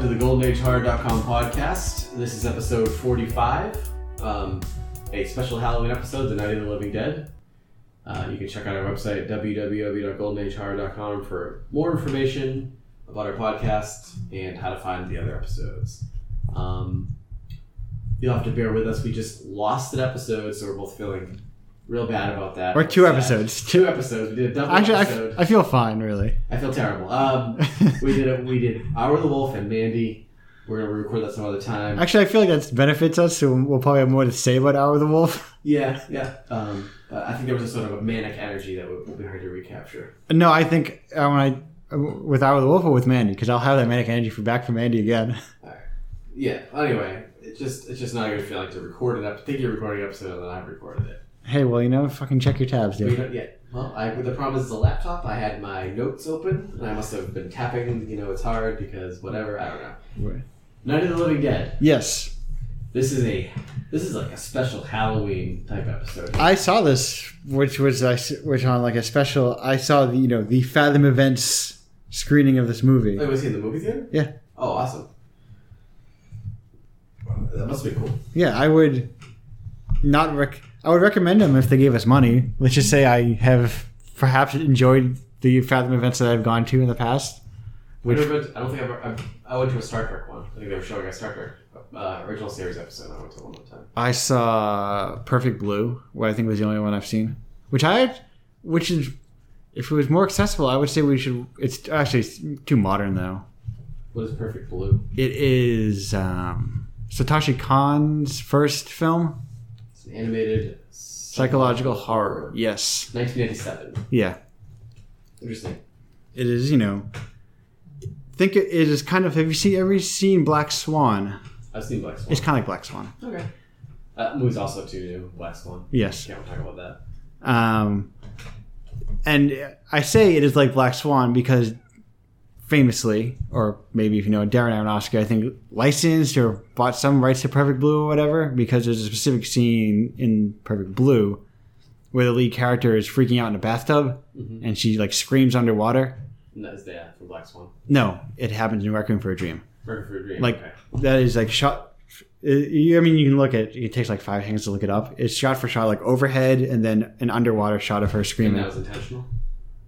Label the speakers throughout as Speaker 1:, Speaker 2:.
Speaker 1: to the Golden Age Horror.com podcast. This is episode 45, um, a special Halloween episode, The Night of the Living Dead. Uh, you can check out our website, www.goldenagehorror.com, for more information about our podcast and how to find the other episodes. Um, you'll have to bear with us. We just lost an episode, so we're both feeling real bad about that.
Speaker 2: Or two
Speaker 1: Sad.
Speaker 2: episodes.
Speaker 1: Two episodes. We did a double
Speaker 2: Actually, I,
Speaker 1: episode.
Speaker 2: f- I feel fine, really.
Speaker 1: I feel terrible. Um, we did it. We did Hour of the Wolf and Mandy. We're gonna record that some other time.
Speaker 2: Actually, I feel like that benefits us, so we'll probably have more to say about Hour of the Wolf.
Speaker 1: Yeah, yeah. Um, but I think there was a sort of a manic energy that would, would be hard to recapture.
Speaker 2: No, I think uh, when I with Hour of the Wolf or with Mandy, because I'll have that manic energy for back from Mandy again.
Speaker 1: Yeah. Anyway, it's just it's just not a good feeling to record it. I think you're recording an episode and then I've recorded it.
Speaker 2: Hey, well, you know, fucking check your tabs,
Speaker 1: But you
Speaker 2: dude.
Speaker 1: know, yeah. Well, I, the problem is the laptop. I had my notes open and I must have been tapping. You know, it's hard because whatever. I don't know. Night of the Living Dead.
Speaker 2: Yes,
Speaker 1: This is a this is like a special Halloween type episode.
Speaker 2: I saw this, which was I s- which on like a special. I saw the you know the Fathom Events screening of this movie.
Speaker 1: Wait, was he in the movie theater?
Speaker 2: Yeah.
Speaker 1: Oh, awesome. That must be cool.
Speaker 2: Yeah, I would not rec. I would recommend them if they gave us money. Let's just say I have perhaps enjoyed the Fathom events that I've gone to in the past. Which
Speaker 1: I, never went- I don't think I've, ever- i I went to a Star Trek one. I think they were showing a Star Trek uh, original series episode. I went to one more time.
Speaker 2: I saw Perfect Blue, where I think was the only one I've seen. Which I, which is, if it was more accessible, I would say we should. It's actually it's too modern though.
Speaker 1: What is Perfect Blue?
Speaker 2: It is um, Satoshi Khan's first film,
Speaker 1: It's an animated
Speaker 2: psychological horror. Yes,
Speaker 1: 1987.
Speaker 2: yeah.
Speaker 1: Interesting.
Speaker 2: it is you know think it it is kind of have you seen ever seen black swan
Speaker 1: I've seen Black Swan.
Speaker 2: it's kind of like black swan
Speaker 1: Okay. That movie's also too new. Black Swan.
Speaker 2: yes
Speaker 1: Can't talk about that.
Speaker 2: um and i say it is like black swan because famously or maybe if you know darren aronofsky i think licensed or bought some rights to perfect blue or whatever because there's a specific scene in perfect blue where the lead character is freaking out in a bathtub
Speaker 1: Mhm.
Speaker 2: and she like screams underwater
Speaker 1: And that is the ad from Black Swan.
Speaker 2: no it happens in requiem for a dream
Speaker 1: Perfect for a Dream.
Speaker 2: Like-
Speaker 1: okay.
Speaker 2: that is like shot. uh, you- I mean, you can look at it takes like five seconds to look it up. It's shot for shot, like overhead, and then an underwater shot of her
Speaker 1: And
Speaker 2: screaming.
Speaker 1: that was intentional.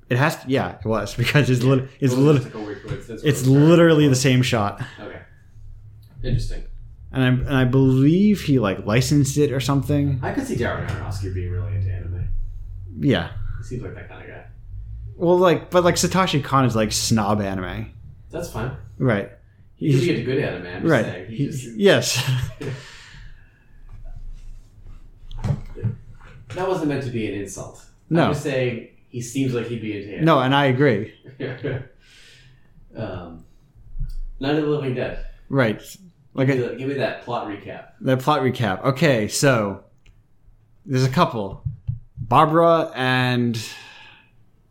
Speaker 2: It has, to, yeah, it was because it's lit, it's
Speaker 1: Well,
Speaker 2: lit,
Speaker 1: just like a weird coincidence where
Speaker 2: it's
Speaker 1: it was-
Speaker 2: literally the same shot,
Speaker 1: Okay. Interesting.
Speaker 2: and I and I believe he like licensed it or something.
Speaker 1: I could see Darren Aronofsky being really into anime.
Speaker 2: Yeah,
Speaker 1: He seems like that kind of guy.
Speaker 2: well, like but like Satoshi Kon is like snob anime,
Speaker 1: That's fine.
Speaker 2: right?
Speaker 1: He could
Speaker 2: He's-
Speaker 1: be into good anime. I'm just
Speaker 2: right.
Speaker 1: saying. He
Speaker 2: He-
Speaker 1: just,
Speaker 2: yes,
Speaker 1: that wasn't meant to be an insult. I'm
Speaker 2: no,
Speaker 1: just saying he seems like he'd be into anime.
Speaker 2: no, and I agree.
Speaker 1: um, Night of the Living Dead.
Speaker 2: Right, like
Speaker 1: Give me that- give me that plot recap.
Speaker 2: The plot recap. Okay, so there's a couple, Barbara and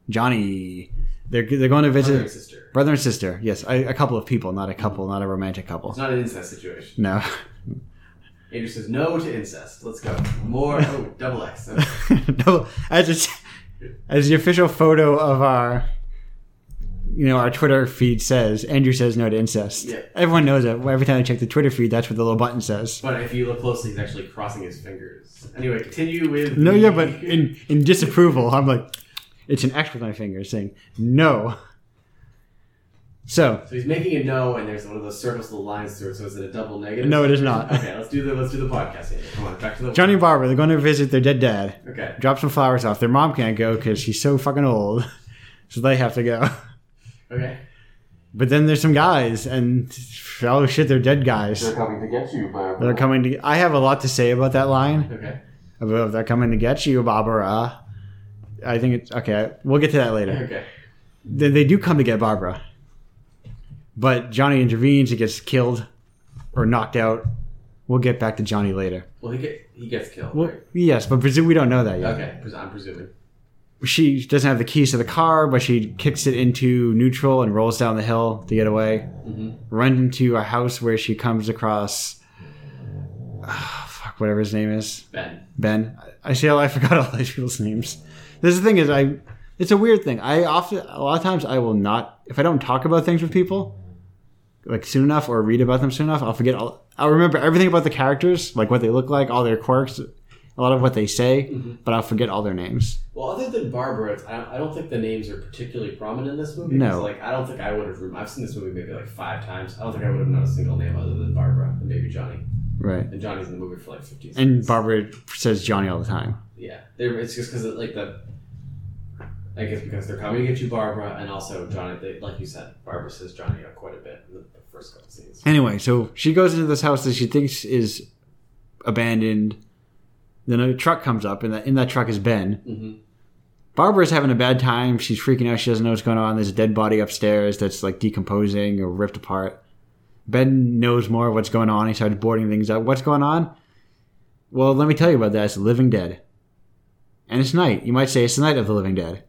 Speaker 2: Johnny. They're they're going to visit
Speaker 1: Brother
Speaker 2: brother,
Speaker 1: and sister.
Speaker 2: and sister. Yes, a, a couple of people, not a couple, not a romantic
Speaker 1: It's
Speaker 2: couple.
Speaker 1: not an incest situation.
Speaker 2: No.
Speaker 1: Andrew says no to incest. Let's go. More. Oh, double X. Okay.
Speaker 2: no, as it's, as the official photo of our you know our Twitter feed says, Andrew says no to incest.
Speaker 1: Yeah.
Speaker 2: Everyone knows it. Every time I check the Twitter feed, that's what the little button says.
Speaker 1: But if you look closely, he's actually crossing his fingers. Anyway, continue with.
Speaker 2: No,
Speaker 1: the-
Speaker 2: yeah, but in, in disapproval, I'm like, it's an X with my finger saying no. So
Speaker 1: So he's making a no, and there's one of those surface little lines through it. So is it a double negative?
Speaker 2: no, it is not.
Speaker 1: Okay, let's do the let's do the podcast. Andrew. Come on, back to the
Speaker 2: Johnny and Barbara, they're going to visit their dead dad,
Speaker 1: Okay.
Speaker 2: drop some flowers off. Their mom can't go because she's so fucking old, so they have to go.
Speaker 1: Okay.
Speaker 2: But then there's some guys, and oh shit, they're dead guys.
Speaker 1: coming to get you, Barbara.
Speaker 2: They're coming to. I have a lot to say about that line.
Speaker 1: Okay.
Speaker 2: About they're coming to get you, Barbara. I think it's okay. We'll get to that later.
Speaker 1: Okay.
Speaker 2: they, they do come to get Barbara, but Johnny intervenes. He gets killed or knocked out. We'll get back to Johnny later.
Speaker 1: Well, he get he gets killed.
Speaker 2: Well,
Speaker 1: right?
Speaker 2: yes, but presume we don't know that yet.
Speaker 1: Okay. pres- I'm presuming.
Speaker 2: She doesn't have the keys to the car, but she kicks it into neutral and rolls down the hill to get away.
Speaker 1: Mm-hmm.
Speaker 2: Runs into a house where she comes across. ah, fuck, whatever his name is.
Speaker 1: Ben.
Speaker 2: Ben. I I see how I forgot all these people's names. This is the thing is I it's a weird thing. I often a lot of times I will not if I don't talk about things with people, like soon enough or read about them soon enough, I'll forget. All, I'll remember everything about the characters, like what they look like, all their quirks, a lot of what they say,
Speaker 1: Mhm.
Speaker 2: but I'll forget all their names.
Speaker 1: Well, other than Barbara, it's, I, I don't think the names are particularly prominent in this movie. because,
Speaker 2: No.
Speaker 1: Like, I don't think I would have. rem- I've seen this movie maybe like five times. I don't think I would have known a single name other than Barbara and maybe Johnny.
Speaker 2: Right.
Speaker 1: And Johnny's in the movie for like 15 seconds.
Speaker 2: And Barbara says Johnny all the time.
Speaker 1: Yeah. They're, it's just because, like, the. I guess because they're coming to get you, Barbara, and also Johnny. They, like you said, Barbara says Johnny out quite a bit in the, the first couple scenes.
Speaker 2: Anyway, so she goes into this house that she thinks is abandoned. Then a truck comes up, and that, in that truck is Ben.
Speaker 1: hmm
Speaker 2: Barbara's having a bad time. She's freaking out. She doesn't know what's going on. There's a dead body upstairs that's like decomposing or ripped apart. Ben knows more of what's going on. He starts boarding things up. What's going on? Well, let me tell you about that. It's the living dead. And it's night. You might say it's the night of the living dead.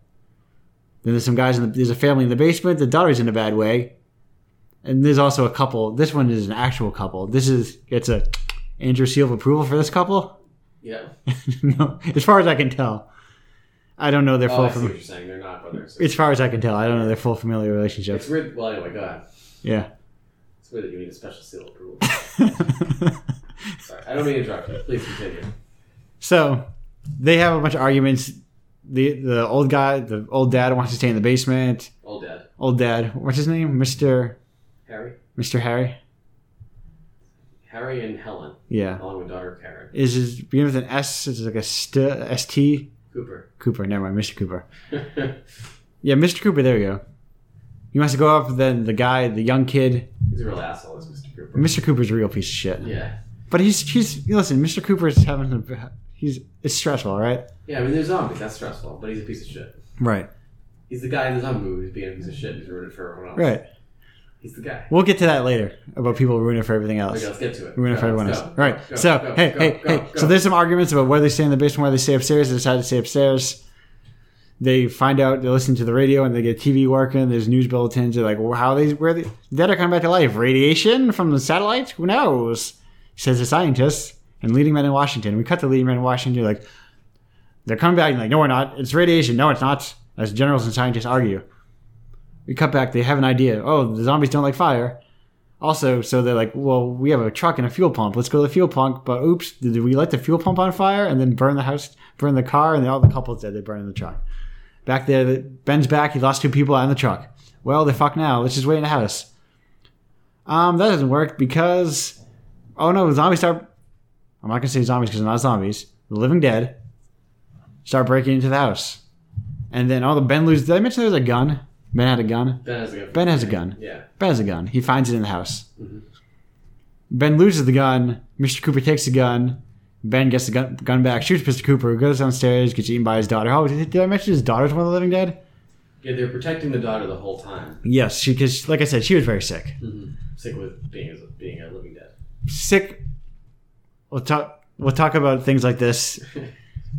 Speaker 2: Then there's some guys in the, there's a family in the basement. The daughter's in a bad way. And there's also a couple. This one is an actual couple. This is it's a Andrew seal of approval for this couple.
Speaker 1: Yeah.
Speaker 2: no, as far as I can tell, I don't know their
Speaker 1: Oh,
Speaker 2: full
Speaker 1: I see
Speaker 2: fam-
Speaker 1: what you're saying. They're not brothers.
Speaker 2: as far as I can tell, I don't know their full familial relationship.
Speaker 1: It's weird. Well, anyway, go ahead.
Speaker 2: Yeah.
Speaker 1: It's weird that you need a special seal of approval. Sorry, I don't mean to interrupt you. Please continue.
Speaker 2: so they have a bunch of arguments. The the old guy, the old dad wants to stay in the basement.
Speaker 1: All dead.
Speaker 2: Old dad, what's his name? Mr.
Speaker 1: Harry,
Speaker 2: Mr. Harry?
Speaker 1: Harry, and Helen,
Speaker 2: Yeah.
Speaker 1: along with daughter Karen
Speaker 2: Is his begin with an S, it's like a st- ST
Speaker 1: Cooper.
Speaker 2: Cooper, never mind, Mr. Cooper.
Speaker 1: He's
Speaker 2: Yeah, Mr. Cooper, there we go. He wants to go up, then the guy, the young kid,
Speaker 1: a real asshole, is Mr. Cooper.
Speaker 2: Mr. Cooper's a real piece of shit.
Speaker 1: Yeah,
Speaker 2: But he's, he's, listen, Mr. Cooper's having a, he's, it's stressful, right?
Speaker 1: yeah. I mean, they're zombies. That's stressful, but he's a piece of shit.
Speaker 2: Right.
Speaker 1: He's the guy in the zombie movie who's being a piece of shit. He's rooted for everyone else.
Speaker 2: Right.
Speaker 1: He's the guy.
Speaker 2: We'll get to that later about people ruining it for everything else.
Speaker 1: Okay, let's get to it.
Speaker 2: Ruining it
Speaker 1: Go,
Speaker 2: for everyone
Speaker 1: let's
Speaker 2: else. All
Speaker 1: go.
Speaker 2: right.
Speaker 1: Go,
Speaker 2: so
Speaker 1: go,
Speaker 2: hey,
Speaker 1: go,
Speaker 2: hey,
Speaker 1: go,
Speaker 2: hey.
Speaker 1: go.
Speaker 2: So there's some arguments about whether they stay in the basement, whether they stay upstairs. They decide to stay upstairs. They find out they listen to the radio and they get TV working. There's news bulletins. They're like, well, how are they where they dead are coming back to life? Radiation from the satellites? Who knows? Says the scientist and leading men in Washington. We cut the leading men in Washington. Like they're coming back. And like no, we're not. It's radiation. No, it's not. As generals and scientists argue. We cut back. They have an idea. Oh, the zombies don't like fire. Also, so they're like, well, we have a truck and a fuel pump. Let's go to the fuel pump. But oops, did we light the fuel pump on fire and then burn the house, burn the car, and then all the couples dead. They burn in the truck. Back there, the- Ben's back. He lost two people out in the truck. Well, the fuck now. Let's just wait in the house. Um, that doesn't work because, oh no, zombies start. I'm not gonna say zombies because they're not zombies. The living dead start breaking into the house, and then all the Ben loses. Did I mention there was a gun? Ben had a gun.
Speaker 1: Ben has a gun.
Speaker 2: Ben has a gun.
Speaker 1: Yeah.
Speaker 2: Ben has a gun. He finds it in the house.
Speaker 1: Mhm.
Speaker 2: Ben loses the gun. Mr. Cooper takes the gun. Ben gets the gun, gun back, shoots Mr. Cooper, goes downstairs, gets eaten by his daughter. Oh, did, did I mention his daughter's one of the living dead?
Speaker 1: Yeah, they're protecting the daughter the whole time.
Speaker 2: Yes, she because like I said, she was very sick.
Speaker 1: Mm-hmm. Sick with being a, being a living dead.
Speaker 2: Sick. We'll talk. We'll talk about things like this,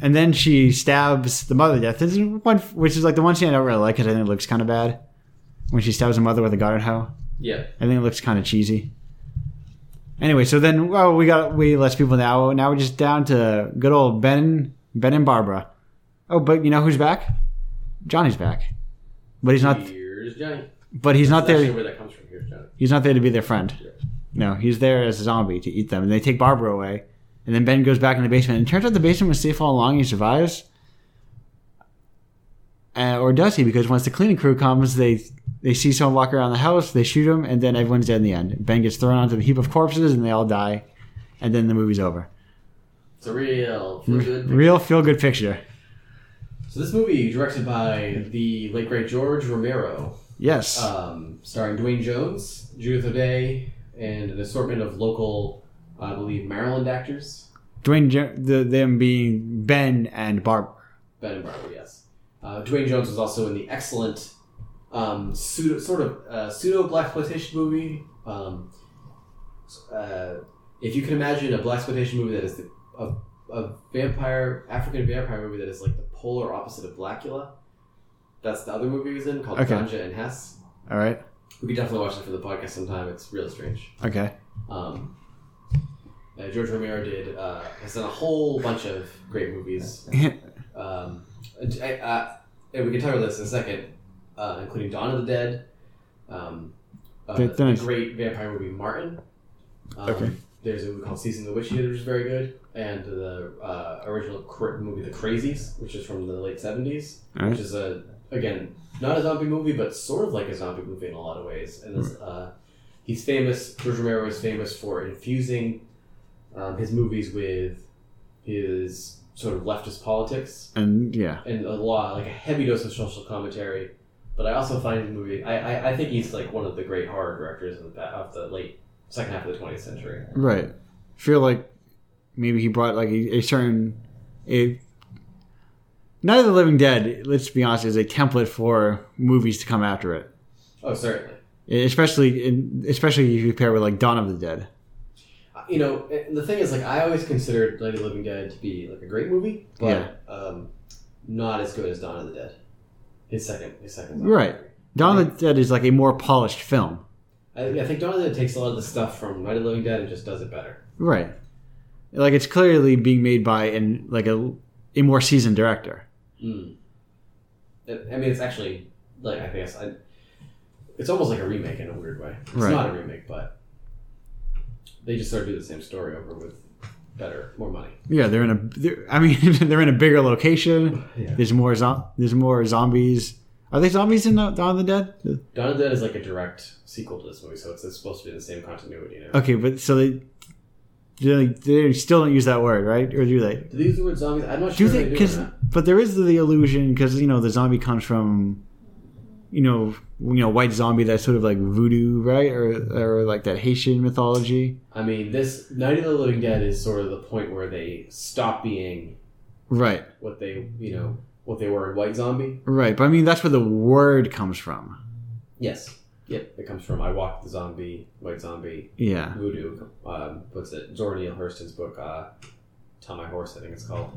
Speaker 2: and then she stabs the mother to death. This is one, which is like the one scene I don't really like because I think it looks kind of bad when she stabs the mother with a garden hoe.
Speaker 1: Yeah.
Speaker 2: I think it looks kind of cheesy. Anyway, so then well, we got way less people now. Now we're just down to good old Ben, Ben and Barbara. Oh, but you know who's back? Johnny's back, but he's not.
Speaker 1: Here's Johnny.
Speaker 2: But he's not
Speaker 1: That's actually
Speaker 2: there.
Speaker 1: Where that comes from? Here's Johnny.
Speaker 2: He's not there to be their friend. No, he's there as a zombie to eat them. And they take Barbara away, and then Ben goes back in the basement. And it turns out the basement was safe all along. He survives, uh, or does he? Because once the cleaning crew comes, they they see someone walk around the house, they shoot him, and then everyone's dead in the end. Ben gets thrown onto the heap of corpses, and they all die, and then the movie's over.
Speaker 1: It's a real feel good
Speaker 2: Real feel good picture.
Speaker 1: So this movie, directed by the late great George Romero,
Speaker 2: Yes,
Speaker 1: um, starring Dwayne Jones, Judith O'Day, and an assortment of local, I believe, Maryland actors.
Speaker 2: Dwayne, Jo- the, them being Ben and Barbara.
Speaker 1: Ben and Barbara, yes. Uh, Dwayne Jones was also in the excellent um, pseudo, sort of uh, pseudo black exploitation movie. Um, uh, if you can imagine a black exploitation movie that is the, a, a vampire African vampire movie that is like the polar opposite of Blackula, that's the other movie he was in called
Speaker 2: Okay.
Speaker 1: Ganja and Hess.
Speaker 2: All right,
Speaker 1: We could definitely watch that for the podcast sometime. It's really strange.
Speaker 2: okay,
Speaker 1: Um, uh, George Romero did uh, has done a whole bunch of great movies. Um, and, I- uh, and we can talk about this in a second, uh, including Dawn of the Dead, um, uh,
Speaker 2: That's
Speaker 1: the
Speaker 2: nice.
Speaker 1: great vampire movie Martin. Um,
Speaker 2: Okay.
Speaker 1: There's a movie called Season of the Witch Eater, which is very good, and the uh, original cr- movie The Crazies, which is from the late '70s,
Speaker 2: All
Speaker 1: which
Speaker 2: right.
Speaker 1: is a again not a zombie movie, but sort of like a zombie movie in a lot of ways. And this, uh, he's famous. George Romero is famous for infusing um, his movies with his sort of leftist politics
Speaker 2: And yeah,
Speaker 1: and a lot, like a heavy dose of social commentary. But I also find his movie. I, I, I think he's like one of the great horror directors of the, pa- of the late second half of the twentieth century.
Speaker 2: right. Feel like maybe he brought like a, a certain a. Night of the Living Dead, let's be honest, is a template for movies to come after it. E,
Speaker 1: Oh, certainly.
Speaker 2: Especially, in, especially if you pair with like Dawn of the Dead.
Speaker 1: Uh, You know, and the thing is, like, I always considered Night of the Living Dead to be like a great movie, but um, not as good as Dawn of the Dead. His second, his second. zombie
Speaker 2: Right.
Speaker 1: movie.
Speaker 2: Dawn of the Dead is like a more polished film.
Speaker 1: I, I think Dawn of the Dead takes a lot of the stuff from Night of the Living Dead and just does it better.
Speaker 2: Right. Like it's clearly being made by an like a a more seasoned director.
Speaker 1: Mm. I Eh, I mean, it's actually like I guess I, it's almost like a remake in a weird way. It's
Speaker 2: Right.
Speaker 1: not a remake, but they just sort of do the same story over with better, more money.
Speaker 2: Yeah, they're in a they're, I mean they're in a bigger location.
Speaker 1: Yeah.
Speaker 2: There's more zo- there's more zombies. Are they zombies in the Dawn of the Dead?
Speaker 1: Dawn of the Dead is like a direct sequel to this movie, so it's, it's supposed to be the same continuity. Now.
Speaker 2: Okay, but so they they, they still don't use that word, right? Or do they?
Speaker 1: Do these the word zombies? I'm not sure.
Speaker 2: Do they?
Speaker 1: if they
Speaker 2: Because
Speaker 1: do or not.
Speaker 2: but there is the illusion because you know the zombie comes from you know you know white zombie that's sort of like voodoo, right? Or or like that Haitian mythology,
Speaker 1: I mean, this Night of the Living Dead is sort of the point where they stop being
Speaker 2: right?
Speaker 1: what they you know what they were in White Zombie.
Speaker 2: Right, but I mean that's where the word comes from.
Speaker 1: Yes. Yep. It comes from I walked the zombie, White Zombie.
Speaker 2: Yeah.
Speaker 1: Voodoo. Um, what's it? Zora Neale Hurston's book, uh, "Tell My Horse," I think it's called.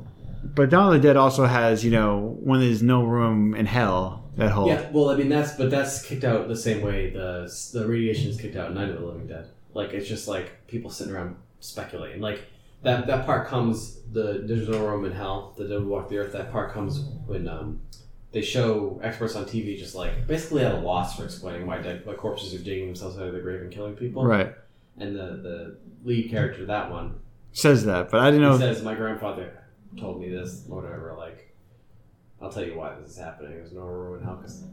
Speaker 2: But Dawn of the Dead also has, you know, when there's no room in hell, that whole.
Speaker 1: Yeah. Well, I mean, that's but that's kicked out the same way the the radiation is kicked out in Night of the Living Dead. Like it's just like people sitting around speculating. Like that that part comes the there's no room in hell. The devil walked the earth. That part comes when um, they show experts on TV just like basically at a loss for explaining why dead why corpses are digging themselves out of the grave and killing people.
Speaker 2: Right.
Speaker 1: And the the lead character of that one
Speaker 2: Says that, but I didn't
Speaker 1: He
Speaker 2: know.
Speaker 1: says, My grandfather told me this, or whatever. Like, I'll tell you why this is happening. There's no room in hell. Cause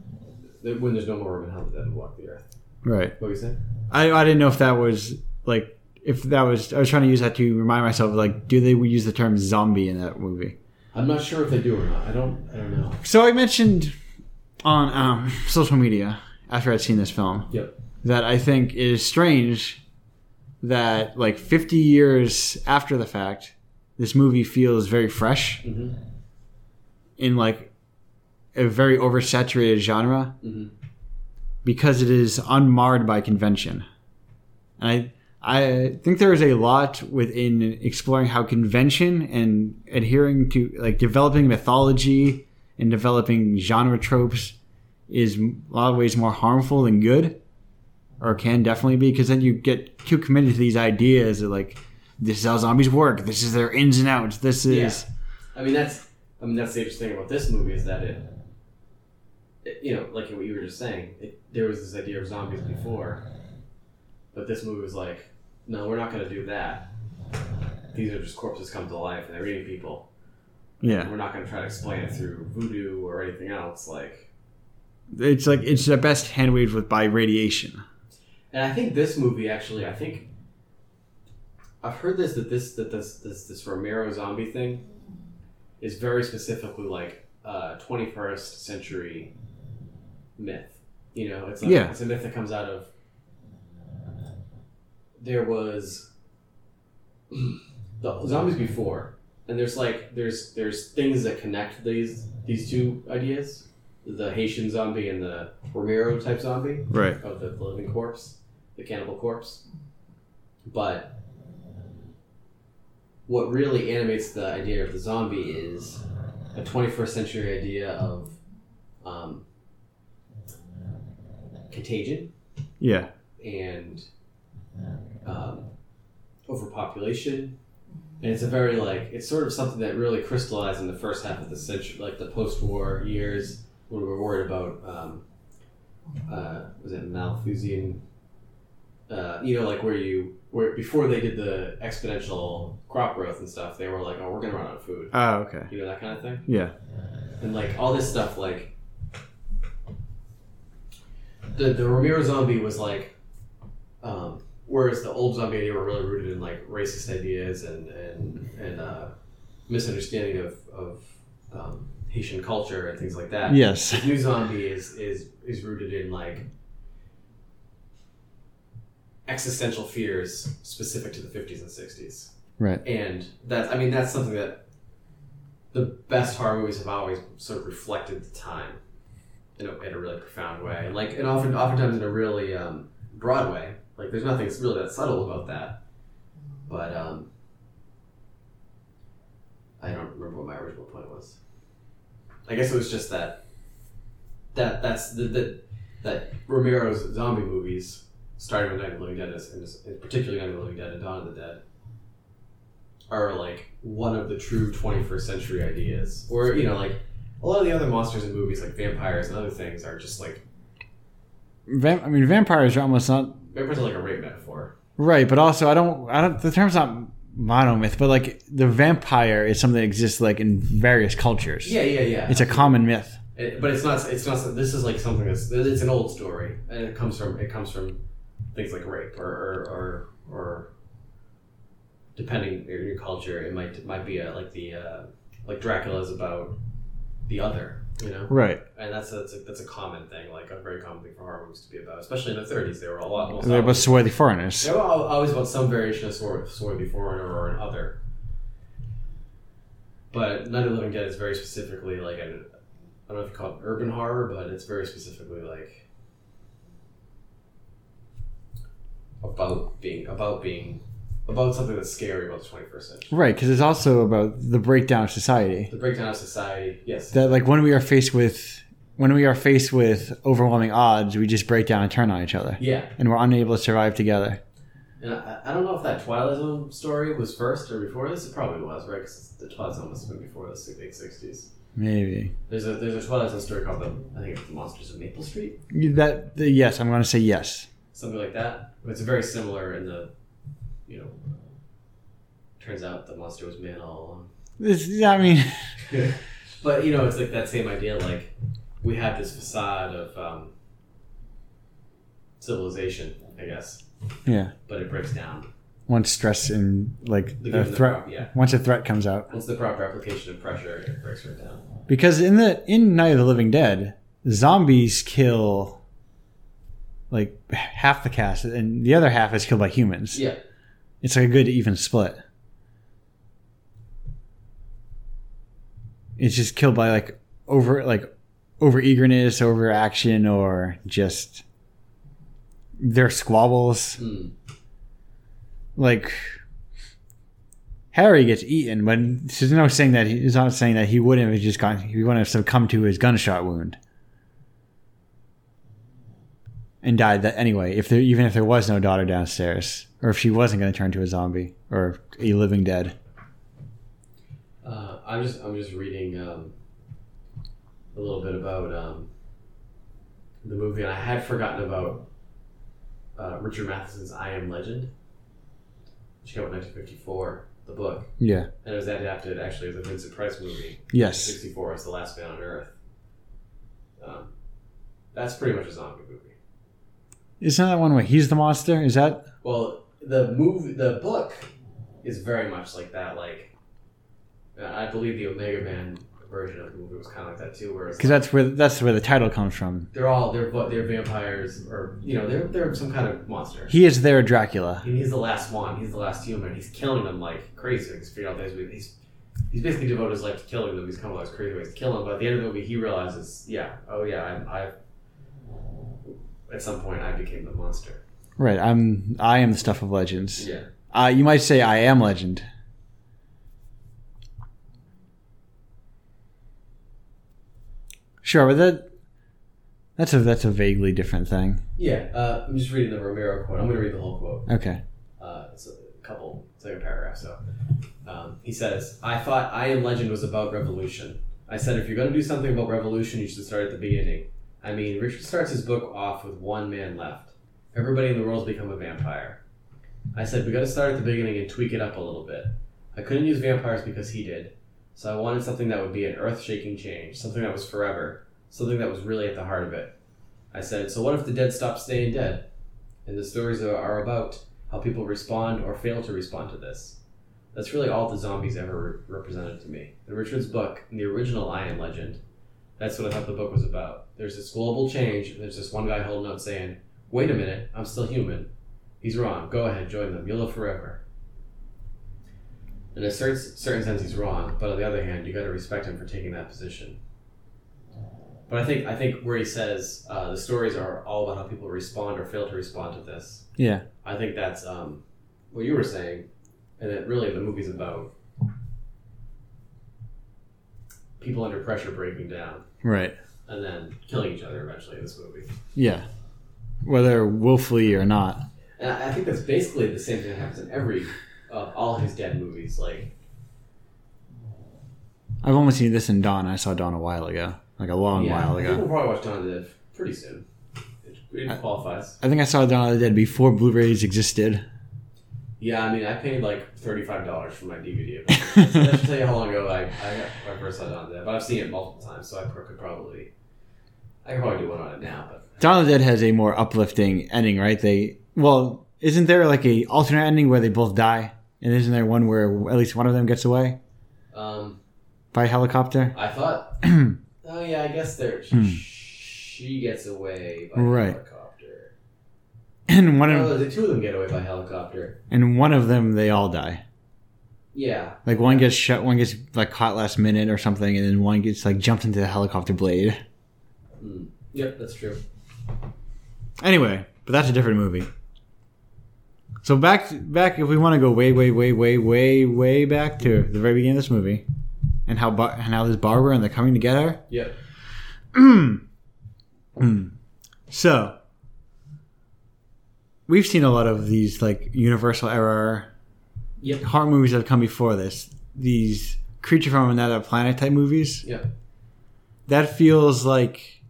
Speaker 1: th- when there's no more room in hell, the dead will walk the earth.
Speaker 2: Right.
Speaker 1: What were you saying?
Speaker 2: I, I didn't know if that was, like, if that was. I was trying to use that to remind myself, like, do they use the term zombie in that movie?
Speaker 1: I'm not sure if they do or not. I don't. I don't know.
Speaker 2: So I mentioned on um, social media after I'd seen this film
Speaker 1: Yep.
Speaker 2: that I think it is strange that, like, 50 years after the fact, this movie feels very fresh.
Speaker 1: Mm-hmm.
Speaker 2: in like a very oversaturated genre
Speaker 1: Mhm.
Speaker 2: because it is unmarred by convention. And I I think there is a lot within exploring how convention and adhering to like developing mythology and developing genre tropes is in a lot of ways more harmful than good or can definitely be because then you get too committed to these ideas of like this is how zombies work this is their ins and outs this is
Speaker 1: I mean, that's. I mean, that's the interesting thing about this movie is that it. it- you know, like what you were just saying, it, there was this idea of zombies before, but this movie was like, no, we're not going to do that. These are just corpses come to life, and they're eating people.
Speaker 2: yeah
Speaker 1: We're not going to try to explain it through voodoo or anything else. Like,
Speaker 2: it's like it's the best hand waved with by radiation.
Speaker 1: and I think this movie actually, I think I've heard this that this that this this this Romero zombie thing is very specifically like uh, 21st century myth. You know, it's like,
Speaker 2: Yeah.
Speaker 1: it's a myth that comes out of there was the zombies before, and there's like there's there's things that connect these these two ideas, the Haitian zombie and the Romero type zombie.
Speaker 2: Right.
Speaker 1: of the living corpse, the cannibal corpse. But what really animates the idea of the zombie is a 21st century idea of um, contagion
Speaker 2: Yeah.
Speaker 1: and um, overpopulation. And it's a very like it's sort of something that really crystallized in the first half of the century, like the post-war years when we were worried about um, uh, was it Malthusian uh, you know, like where you where before they did the exponential crop growth and stuff, they were like, oh, we're gonna run out of food,
Speaker 2: Oh, okay.
Speaker 1: you know, that kind of thing,
Speaker 2: Yeah.
Speaker 1: and like all this stuff, like the the Ramiro zombie was like, um, whereas the old zombie idea were really rooted in like racist ideas and and and uh, misunderstanding of of um, Haitian culture and things like that.
Speaker 2: Yes.
Speaker 1: New Zombie is is is rooted in like existential fears specific to the 50s and 60s.
Speaker 2: Right.
Speaker 1: And that's I mean that's something that the best horror movies have always sort of reflected the time in a, in a really profound way.
Speaker 2: Mm-hmm.
Speaker 1: And like and often oftentimes in a really um, broad way. Like there's nothing really that subtle about that. But um I don't remember what my original point was. I guess it was just that that that's the, the that Romero's zombie movies, starting with Night of the Living Dead, is, and is- particularly Night of the Living Dead and Dawn of the Dead, are like one of the true 21st century ideas. Or you know, like a lot of the other monsters in movies, like vampires and other things, are just like
Speaker 2: Vam- I mean, vampires are almost not
Speaker 1: vampires are like a rape metaphor.
Speaker 2: right, but also I don't. I don't. The term's not monomyth, but like the vampire is something that exists like in various cultures.
Speaker 1: Yeah, yeah, yeah.
Speaker 2: It's a common myth.
Speaker 1: It- Eh, but it's not. It's not. This is like something that's. It's an old story, and it comes from. It comes from things like rape, or or or, or depending on your culture, it might might be a, like the uh, like Dracula is about the other, you know.
Speaker 2: Right.
Speaker 1: And that's a, that's a that's a common thing, like a very common thing for horror movies to be about, especially in the '30s. They were a lot. almost
Speaker 2: They're both
Speaker 1: always-
Speaker 2: swarthy foreigners.
Speaker 1: they were al- always about some variation of sword, swarthy foreigner or an other. But Night of the Living Dead is very specifically like an, I don't know if you call it urban horror, but it's very specifically like about being about being about something that's scary about the 21st century.
Speaker 2: Right, because it's also about the breakdown of society.
Speaker 1: The breakdown of society, yes,
Speaker 2: That like when we are faced with when we are faced with overwhelming odds, we just break down and turn on each other,
Speaker 1: yeah.
Speaker 2: and we're unable to survive together.
Speaker 1: And I, I don't know if that Twilight Zone story was first or before this. It probably was, right? Because the Twilight Zone must have been before this, like late 60s.
Speaker 2: Maybe
Speaker 1: There's a there's a Twilight Zone story called the I think it's the Monsters of Maple Street,
Speaker 2: that the, yes, I'm going to say yes.
Speaker 1: something like that. But it's very similar in the, you know. Turns out the monster was man all
Speaker 2: This, I mean,
Speaker 1: along. but you know, it's like that same idea. Like we have this facade of um, civilization, I guess,
Speaker 2: yeah.
Speaker 1: but it breaks down
Speaker 2: Once stress and like
Speaker 1: the,
Speaker 2: a
Speaker 1: given the
Speaker 2: threat,
Speaker 1: prop- yeah.
Speaker 2: once a threat comes out,
Speaker 1: Once the proper application of pressure, it breaks right down.
Speaker 2: because in the in Night of the Living Dead, zombies kill like half the cast, and the other half is killed by humans.
Speaker 1: Yeah,
Speaker 2: It's like a good even split. It's just killed by like over like over eagerness, over action, or just their squabbles.
Speaker 1: Hmm.
Speaker 2: Like Harry gets eaten, but there's no saying that he, it's not saying that he wouldn't have just gone. He wouldn't have succumbed to his gunshot wound and died that anyway. If there even if there was no daughter downstairs, or if she wasn't going to turn to a zombie or a living dead.
Speaker 1: Uh, I'm just I'm just reading um, a little bit about um, the movie, and I had forgotten about uh, Richard Matheson's I Am Legend, which came out in 1954, the book,
Speaker 2: Yeah.
Speaker 1: and it was adapted actually as a Vincent Price movie.
Speaker 2: Yes.
Speaker 1: 64 as the last man on Earth. Um, that's pretty much a zombie movie.
Speaker 2: Isn't that one where he's the monster? Is that
Speaker 1: Well, the movie, the book, is very much like that. Like, uh, I believe the Omega Man version of the movie was kind of like that too, where it's
Speaker 2: because that's where that's where the title comes from.
Speaker 1: they're all they're va- they're vampires or you know they're they're some kind of monster.
Speaker 2: He is their Dracula.
Speaker 1: and he's the last one. He's the last human. He's killing them like crazy. He's figured out these he's he's basically devoted his life to killing them. He's come up with all these crazy ways to kill them. But at the end of the movie, he realizes, yeah, oh yeah, I'm, I at some point I became the monster.
Speaker 2: Right. I'm I am the stuff of legends.
Speaker 1: Yeah.
Speaker 2: Uh, you might say I am legend. Sure, but that that's a that's a vaguely different thing.
Speaker 1: Yeah, uh, I'm just reading the Romero quote. I'm going to read the whole quote.
Speaker 2: Okay.
Speaker 1: uh, it's a couple, it's like a paragraph. So um, he says, "I thought I Am Legend was about revolution. I said if you're going to do something about revolution, you should start at the beginning. I mean, Richard starts his book off with one man left. Everybody in the world's become a vampire. I said we got to start at the beginning and tweak it up a little bit. I couldn't use vampires because he did, so I wanted something that would be an earth-shaking change, something that was forever, something that was really at the heart of it. I said, so what if the dead stop staying dead? And the stories are- are about how people respond or fail to respond to this. That's really all the zombies ever re- represented to me. In Richard's book, in the original I Am Legend, that's what I thought the book was about. There's this global change, and there's this one guy holding out saying, Wait a minute, I'm still human. He's wrong. Go ahead, join them. You'll live forever. In a cer- certain sense, he's wrong, but on the other hand, you got to respect him for taking that position. But I think I think where he says uh, the stories are all about how people respond or fail to respond to this.
Speaker 2: Yeah.
Speaker 1: I think that's um, what you were saying, and that really the movie's about people under pressure breaking down
Speaker 2: Right.
Speaker 1: and then killing each other eventually in this movie.
Speaker 2: Yeah. Whether willfully or not.
Speaker 1: And I I think that's basically the same thing that happens in every uh, all his dead movies. Like,
Speaker 2: I've only seen this in Dawn. I saw Dawn a while ago. Like a long
Speaker 1: yeah,
Speaker 2: while
Speaker 1: I think
Speaker 2: ago.
Speaker 1: we'll probably watch Dawn of the Dead pretty soon. It,
Speaker 2: I-
Speaker 1: it qualifies.
Speaker 2: I think I saw Dawn of the Dead before Blu-rays existed.
Speaker 1: Yeah, I mean, I paid like thirty five dollars for my DVD. So that should tell you how long ago I I, got, I first saw Dawn of the Dead, but I've seen it multiple times, so I pro- could probably I could probably do one on it now. But
Speaker 2: Dawn of the Dead has a more uplifting ending, right? They well, isn't there like a alternate ending where they both die, and isn't there one where at least one of them gets away
Speaker 1: um,
Speaker 2: by helicopter?
Speaker 1: I thought, oh yeah, I guess there
Speaker 2: Hmm.
Speaker 1: she gets away by
Speaker 2: Right.
Speaker 1: helicopter.
Speaker 2: and one
Speaker 1: Oh,
Speaker 2: of
Speaker 1: the two of them get away by helicopter.
Speaker 2: and one of them they all die.
Speaker 1: Yeah,
Speaker 2: Like one gets shot, one gets like caught last minute or something, and then one gets like jumped into the helicopter blade.
Speaker 1: yep, that's true.
Speaker 2: Anyway, but that's a different movie. So back back if we want to go way way way way way way back to the very beginning of this movie, and how Bar- and how this barber and they're coming together.
Speaker 1: Yep.
Speaker 2: So we've seen a lot of these like Universal era
Speaker 1: Yep.
Speaker 2: horror movies that have come before this. These creature from another planet type movies.
Speaker 1: Yep.
Speaker 2: That feels like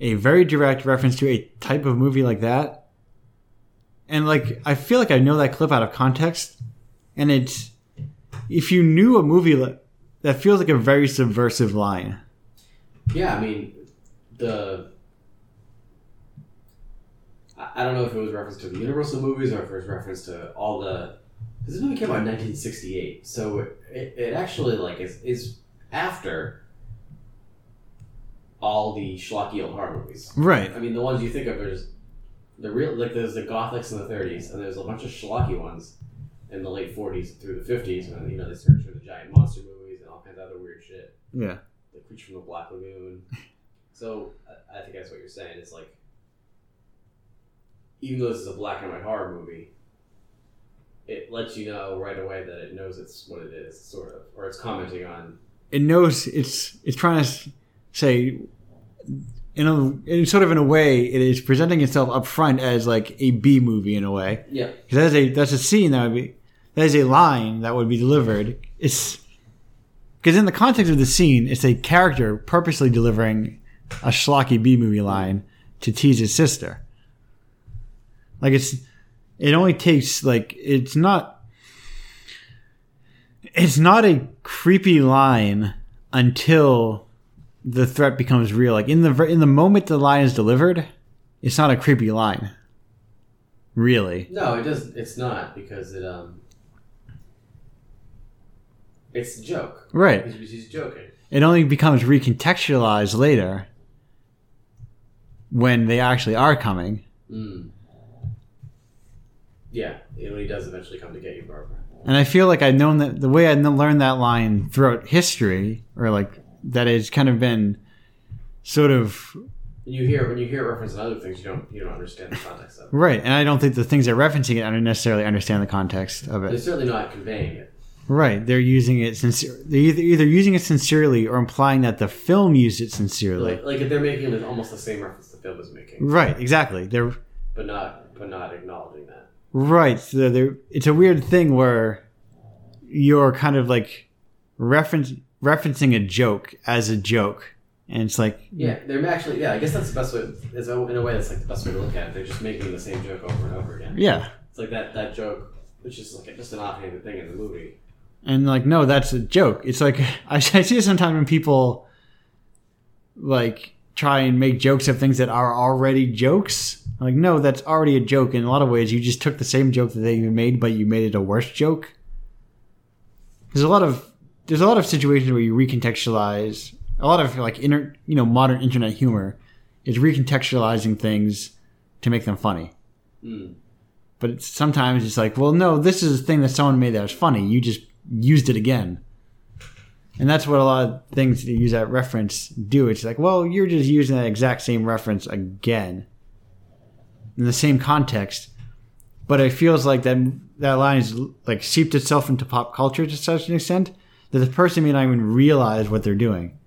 Speaker 2: a very direct reference to a type of movie like that. And like I feel like I know that clip out of context and it's if you knew a movie li- that feels like a very subversive line.
Speaker 1: Yeah, I mean, the. I I don't know if it was reference to the Universal movies or if it was reference to all the. Because this movie came out in 1968, so it, it actually like is, is after all the schlocky old horror movies.
Speaker 2: Right.
Speaker 1: I mean, the ones you think of there's the real like there's the gothics in the 30s, and there's a bunch of schlocky ones in the late 40s through the 50s when you know they started showing the giant monster movies and all kinds of other weird shit
Speaker 2: Yeah.
Speaker 1: the creature from the black lagoon. So I- I think that's what you're saying. It's like, even though this is a black and white horror movie, it lets you know right away that it knows it's what it is, sort of, or it's commenting on.
Speaker 2: it knows it's it's trying to s- say in a in sort of in a way it is presenting itself up front as like a B movie in a way
Speaker 1: Yeah,
Speaker 2: because that's a that's a scene that would be that is a line that would be delivered it's because in the context of the scene it's a character purposely delivering a schlocky B movie line to tease his sister like it's it only takes like it's not it's not a creepy line until the threat becomes real. Like in the ver- in the moment the line is delivered, it's not a creepy line. Really,
Speaker 1: no, it does. It's not because it um, it's a joke.
Speaker 2: right?
Speaker 1: He's, he's joking.
Speaker 2: It only becomes recontextualized later when they actually are coming,
Speaker 1: Mm. Yeah, and when he does eventually come to get you, Barbara.
Speaker 2: and I feel like I've known that the way I kn- learned that line throughout history, or like that has kind of been sort of
Speaker 1: And you hear when you hear it reference in other things, you don't you don't understand the context of. it.
Speaker 2: right. And I don't think the things they're referencing it I don't necessarily understand the context of it.
Speaker 1: They're certainly not conveying it.
Speaker 2: Right, they're using it sincere. They're either, either using it sincerely or implying that the film used it sincerely.
Speaker 1: Like, like if they're making it almost the same reference the film is making,
Speaker 2: Right, exactly. They're
Speaker 1: but not but not acknowledging that.
Speaker 2: right. So they're, it's a weird thing where you're kind of like reference, referencing a joke as a joke and it's like
Speaker 1: Yeah, they're actually. Yeah, I guess that's the best way. Is in a way that's like the best way to look at it. They're just making the same joke over and over again.
Speaker 2: yeah,
Speaker 1: It's like that that joke, which is like just an offhanded thing in the movie.
Speaker 2: and like no, that's a joke. It's like I, I see it sometimes when people like try and make jokes of things that are already jokes. I'm like no, that's already a joke. In a lot of ways, you just took the same joke that they even made, but you made it a worse joke. There's a lot of there's a lot of situations where you recontextualize a lot of like inter you know modern internet humor is recontextualizing things to make them funny.
Speaker 1: Mm.
Speaker 2: but it's sometimes it's like, well, no, this is a thing that someone made that was funny. You just used it again. And that's what a lot of things that use that reference do. It's like, well, you're just using that exact same reference again in the same context. But it feels like that that line is like seeped itself into pop culture to such an extent that the person may not even realize what they're doing.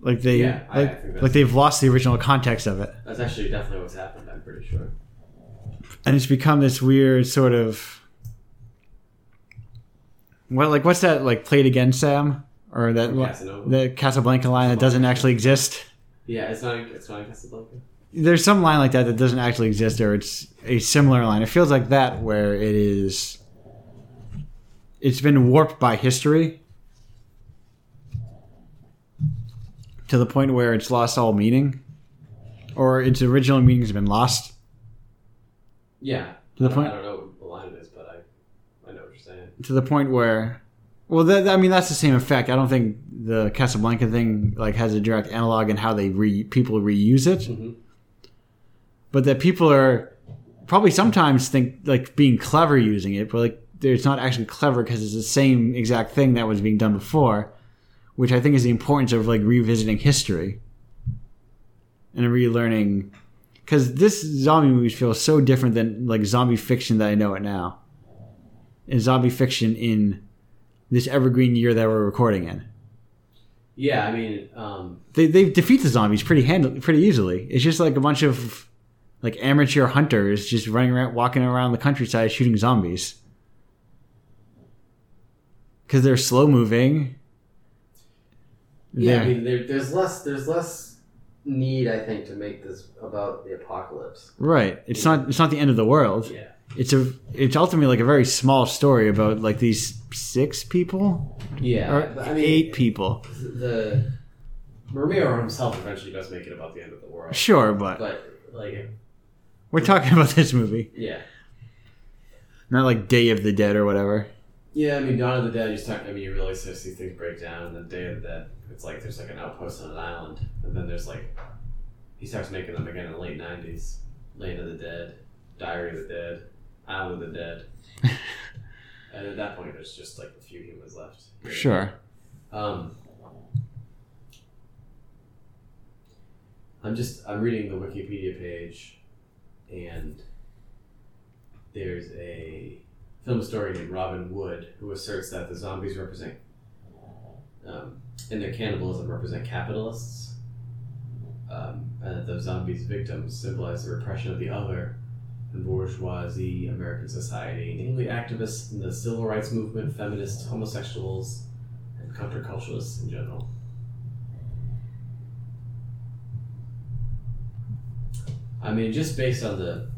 Speaker 2: Like they,
Speaker 1: Yeah, I- I
Speaker 2: like-
Speaker 1: think that's-
Speaker 2: like they've lost the original context of it
Speaker 1: That's actually definitely what's happened. I'm pretty sure.
Speaker 2: and it's become this weird sort of well like what's that like played again sam or that
Speaker 1: Casanova.
Speaker 2: the casablanca line that doesn't actually exist
Speaker 1: Yeah, it's not. It's not in Casablanca.
Speaker 2: there's some line like that that doesn't actually exist or it's a similar line it feels like that where it is it's been warped by history to the point where it's lost all meaning or its original meaning has been lost
Speaker 1: Yeah.
Speaker 2: To the
Speaker 1: I don't-
Speaker 2: point-
Speaker 1: I don't know what the line is, but I, I know what you're saying.
Speaker 2: to the point where well that, i mean that's the same effect i don't think the casablanca thing like has a direct analog in how they re people reuse it
Speaker 1: Mhm.
Speaker 2: but that people are probably sometimes think like being clever using it but like it's not actually clever because it's the same exact thing that was being done before which i think is the importance of like revisiting history and relearning because this zombie movies feel so different than like zombie fiction that i know it now in zombie fiction in this evergreen year that we're recording in.
Speaker 1: Yeah, I mean, um,
Speaker 2: They they defeat the zombies pretty hand pretty easily. It's just like a bunch of like amateur hunters just running around walking around the countryside shooting zombies. Cuz they're slow moving.
Speaker 1: yeah, I
Speaker 2: They're-
Speaker 1: mean, there, there's less. There's less need, I think, to make this about the apocalypse.
Speaker 2: right. It's not it's not the end of the world.
Speaker 1: Yeah.
Speaker 2: It's a it's ultimately like a very small story about like these six people
Speaker 1: Yeah.
Speaker 2: or
Speaker 1: but I mean,
Speaker 2: eight people.
Speaker 1: The Romero himself eventually does make it about the end of the world,
Speaker 2: Sure, but
Speaker 1: but like,
Speaker 2: we're talking about this movie.
Speaker 1: yeah,
Speaker 2: Not like Day of the Dead or whatever.
Speaker 1: yeah. I mean, Dawn of the Dead. You start. I mean, you really start to see things break down. And then Day of the Dead. It's like there's like an outpost on an island, and then there's like he starts making them again in the late '90s. Land of the Dead, Diary of the Dead, Island of the Dead. and at that point, there's just like a few humans left.
Speaker 2: Sure.
Speaker 1: Um, I'm just I'm reading the Wikipedia page, and there's a film historian named Robin Wood who asserts that the zombies represent, um, in their cannibalism, represent capitalists, um, and that the zombies' victims symbolize the repression of the other. In bourgeoisie American society, namely activists in the civil rights movement, feminists, homosexuals, and counterculturalists in general. I mean, just based on the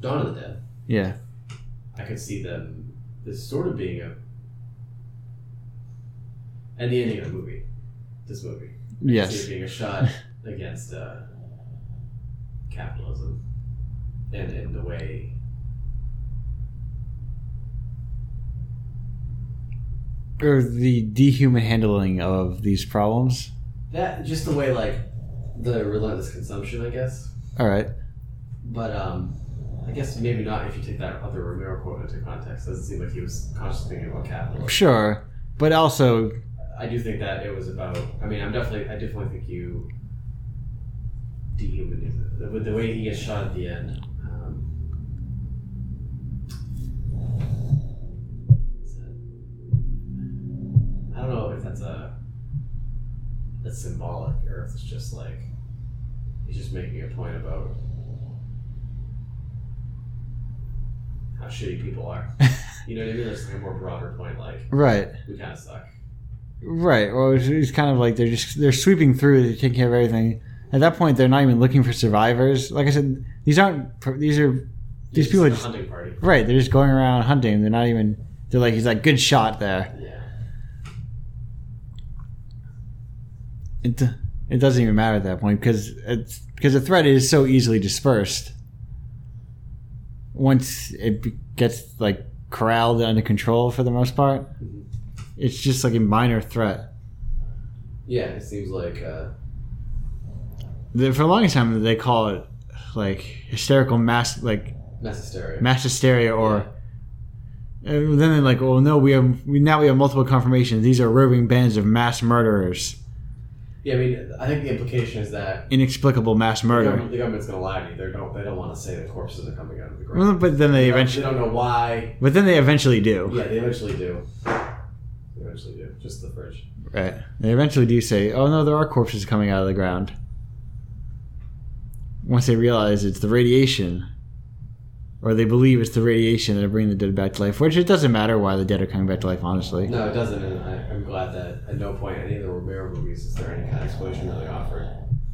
Speaker 1: Dawn of the Dead,
Speaker 2: Yeah.
Speaker 1: I could see them this sort of being a and the ending of the movie, this movie, I could see
Speaker 2: Yes.
Speaker 1: it being a shot against uh, capitalism and in the way.
Speaker 2: Or the dehuman handling of these problems.
Speaker 1: That just the way like the relentless consumption, I guess.
Speaker 2: All right.
Speaker 1: But um, I guess maybe not if you take that other Romero quote into context. doesn't seem like he was consciously thinking about capitalism.
Speaker 2: Sure. But also,
Speaker 1: I do think that it was about. I mean, I'm definitely. I definitely think you dehumanize it with the way he gets shot at the end. Um, is that- I don't know if that's a that's symbolic or if it's just like he's just making a point about how shitty people are. you know what I mean? There's like a more broader point, like
Speaker 2: right.
Speaker 1: we kind of suck.
Speaker 2: Right. Well, it's, it's kind of like they're just they're sweeping through, they're taking care of everything. At that point, they're not even looking for survivors. Like I said, these aren't pr- these are these
Speaker 1: It's
Speaker 2: people are
Speaker 1: a
Speaker 2: just
Speaker 1: hunting party.
Speaker 2: right. They're just going around hunting. They're not even. They're like he's like good shot there.
Speaker 1: Yeah.
Speaker 2: It d- it doesn't even matter at that point because it's because the threat is so easily dispersed. Once it be- gets like corralled under control for the most part,
Speaker 1: Mhm.
Speaker 2: it's just like a minor threat.
Speaker 1: Yeah, it seems like uh,
Speaker 2: the, for the longest time they call it like hysterical mass like
Speaker 1: necessary.
Speaker 2: mass hysteria or and then they're like oh no we have we now we have multiple confirmations these are roving bands of mass murderers
Speaker 1: Yeah, I mean, I think the implication is that
Speaker 2: inexplicable mass
Speaker 1: the,
Speaker 2: murder
Speaker 1: government, the government's going to lie to you. They don't. They don't want to say the corpses are coming out of the ground.
Speaker 2: Well, but then Mm, they eventually
Speaker 1: They don't know why.
Speaker 2: but then they eventually do
Speaker 1: Yeah, they eventually do. They eventually do. Just the fridge.
Speaker 2: right they eventually do say oh no there are corpses coming out of the ground once they realize it's the radiation or they believe it's the radiation that are bringing the dead back to life which it doesn't matter why the dead are coming back to life honestly
Speaker 1: No, it doesn't, and I, I'm glad that at no point in any of the Romero movies is there any kind of explanation really offered.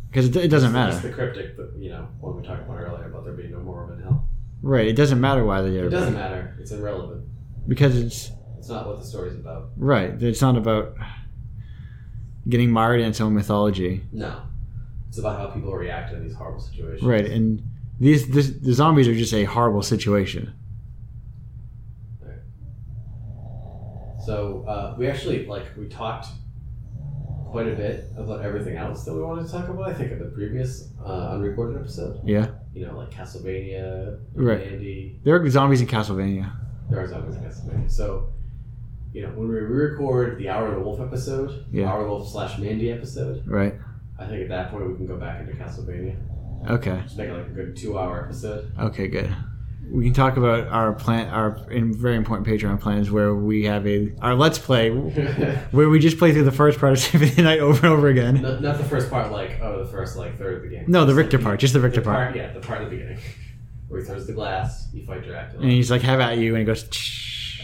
Speaker 2: because it, it doesn't matter
Speaker 1: It's the cryptic, but you know, one we talked about earlier about there being no more in hell.
Speaker 2: Right. It doesn't matter why they
Speaker 1: It
Speaker 2: are
Speaker 1: doesn't matter. It's irrelevant.
Speaker 2: because it's
Speaker 1: It's not what the story's about.
Speaker 2: right. It's not about getting mired in its own mythology.
Speaker 1: No, it's about how people react in these horrible situations.
Speaker 2: Right. And these this, the zombies are just a horrible situation.
Speaker 1: So uh, we actually like we talked quite a bit about everything else that we wanted to talk about. I think in the previous uh, unrecorded episode.
Speaker 2: Yeah.
Speaker 1: You know, like Castlevania,
Speaker 2: Right.
Speaker 1: Andy.
Speaker 2: There are zombies in Castlevania.
Speaker 1: There are zombies in Castlevania. So you know, when we re-record the Hour of the Wolf episode,
Speaker 2: Yeah.
Speaker 1: Hour of the Wolf slash Mandy episode,
Speaker 2: Right.
Speaker 1: I think at that point we can go back into Castlevania.
Speaker 2: Okay.
Speaker 1: Just make it like a good two-hour episode.
Speaker 2: Okay. Good. We can talk about our plan, our in- very important Patreon plans, where we have a our Let's Play,
Speaker 1: not,
Speaker 2: where we just play through the first part of Symphony Night over and over again.
Speaker 1: not the first part, like oh, the first like third of the game.
Speaker 2: No, the Richter part, just the
Speaker 1: The
Speaker 2: Richter part.
Speaker 1: part, yeah, the part at the beginning where he throws the glass, you fight Dracula.
Speaker 2: And he's like, "Have at you," and he goes.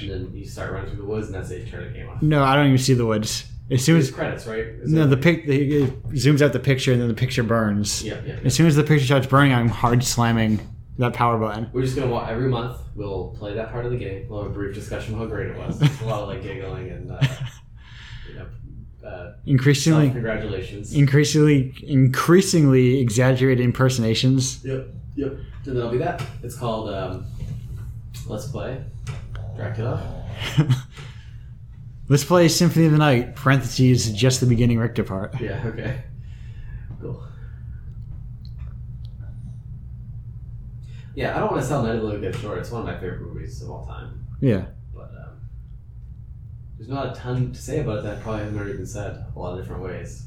Speaker 1: And then you start running through the woods, and that's it. You turn the game off.
Speaker 2: No, I don't even see the woods. As soon
Speaker 1: It's
Speaker 2: as
Speaker 1: credits, right? Is
Speaker 2: no,
Speaker 1: it-
Speaker 2: the pic the, it zooms out the picture and then the picture burns.
Speaker 1: yeah, yeah. yeah.
Speaker 2: As soon as the picture starts burning, I'm hard slamming that power button.
Speaker 1: We're just gonna walk every month. We'll play that part of the game. We'll have a brief discussion of how great it was. It's a lot of like giggling and uh, you know, uh,
Speaker 2: Increasingly,
Speaker 1: congratulations.
Speaker 2: increasingly, increasingly exaggerated impersonations.
Speaker 1: Yep, yep. And then that'll be that. It's called um, Let's Play Dracula.
Speaker 2: Let's play Symphony of the Night. Parentheses, just the beginning Richter part.
Speaker 1: Yeah. Okay. Cool. Yeah, I don't want to sell Night of the Living Dead short. It's one of my favorite movies of all time.
Speaker 2: Yeah,
Speaker 1: But um, there's not a ton to say about it that I probably haven't already been said a lot of different ways.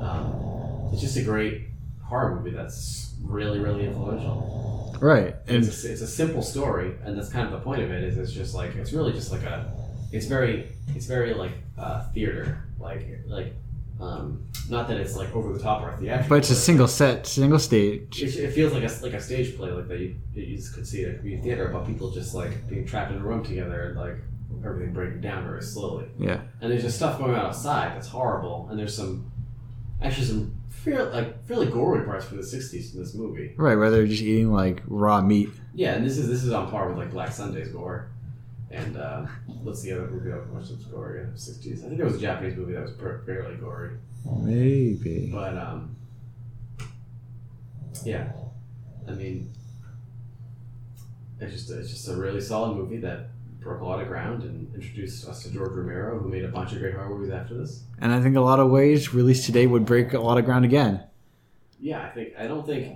Speaker 1: Um, it's just a great horror movie that's really, really influential.
Speaker 2: right.
Speaker 1: It's, a,
Speaker 2: And
Speaker 1: s- it's a simple story, and that's kind of the point of it. Is it's just like it's really just like a, it's very, it's very like uh, theater, like like, um, not that it's like over the top or theatrical.
Speaker 2: but it's a single set, single stage.
Speaker 1: It, it feels like a like a stage play, like that you, you just could see at a community theater about people just like being trapped in a room together and like everything breaking down very slowly.
Speaker 2: Yeah.
Speaker 1: And there's just stuff going on outside that's horrible, and there's some actually some fair, like fairly gory parts from the '60s in this movie.
Speaker 2: Right, where they're just eating like raw meat.
Speaker 1: Yeah, and this is this is on par with like Black Sunday's gore. And uh, let's see other movie that was much that's gory in the '60s. I think there was a Japanese movie that was par- fairly gory.
Speaker 2: Maybe.
Speaker 1: But um, yeah, I mean, it's just it's just a really solid movie that broke a lot of ground and introduced us to George Romero, who made a bunch of great horror movies after this.
Speaker 2: And I think a lot of ways released today would break a lot of ground again.
Speaker 1: Yeah, I think I don't think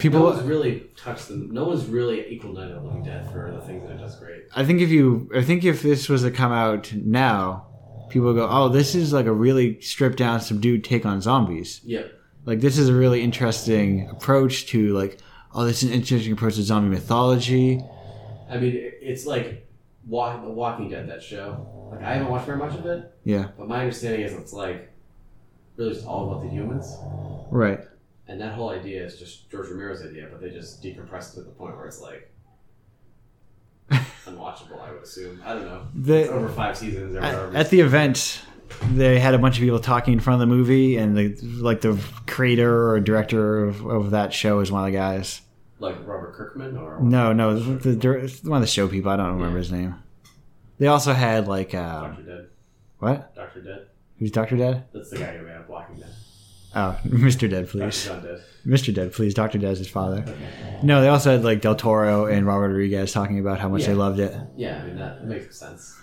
Speaker 2: People,
Speaker 1: no one's really touched them. No one's really equal Night of the Living Dead for the things that it does great.
Speaker 2: I think if you, I think if this was to come out now, people would go, "Oh, this is like a really stripped down, subdued take on zombies.
Speaker 1: Yep.
Speaker 2: Like this is a really interesting approach to like, oh, this is an interesting approach to zombie mythology."
Speaker 1: I mean, it- it's like Walk, The Walking Dead, that show. Like I haven't watched very much of it,
Speaker 2: Yeah,
Speaker 1: but my understanding is it's like really just all about the humans.
Speaker 2: right.
Speaker 1: And that whole idea is just George Romero's idea, but they just decompressed it to the point where it's like unwatchable. I would assume. I don't know. It's
Speaker 2: The
Speaker 1: over five seasons. Or
Speaker 2: at,
Speaker 1: whatever.
Speaker 2: at the event, they had a bunch of people talking in front of the movie, and the like the creator or director of, of that show is one of the guys.
Speaker 1: Like Robert Kirkman or
Speaker 2: No, no, the, dir- one of the show people. I don't remember his name. They also had like uh,
Speaker 1: Doctor Dead.
Speaker 2: what?
Speaker 1: Doctor Dead.
Speaker 2: Who's Doctor Dead?
Speaker 1: That's the guy who made up Walking Dead.
Speaker 2: Oh, Mr. Dead, please.
Speaker 1: Doctor John Dead.
Speaker 2: Mr. Dead, please. Doctor Dead is his father. No, they also had like Del Toro and Robert Rodriguez talking about how much they
Speaker 1: Yeah.
Speaker 2: loved it.
Speaker 1: Yeah, I mean that makes sense.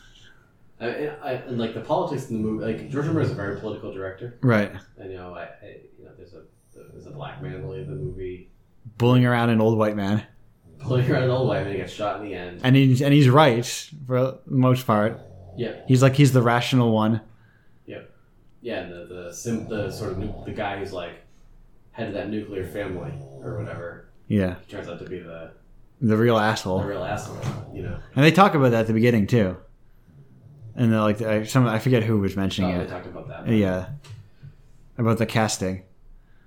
Speaker 1: I, I, and like the politics in the movie, like George Romero is a very political director.
Speaker 2: Right,
Speaker 1: I know, I, I you know, there's a there's a black man in the lead of the movie
Speaker 2: bullying around an old white man,
Speaker 1: pulling around an old white man and he gets shot in the end.
Speaker 2: and he's and he's right for the most part.
Speaker 1: Yeah,
Speaker 2: He's like he's the rational one.
Speaker 1: yeah, and the the, sim, the sort of nu- the guy who's like head of that nuclear family or whatever
Speaker 2: Yeah,
Speaker 1: he turns out to be the,
Speaker 2: the real
Speaker 1: the
Speaker 2: asshole.
Speaker 1: real asshole. You know,
Speaker 2: And they talk about that at the beginning too. And they're like, I, some I forget who was mentioning
Speaker 1: oh, we
Speaker 2: it.
Speaker 1: talked about that.
Speaker 2: Yeah, about the casting.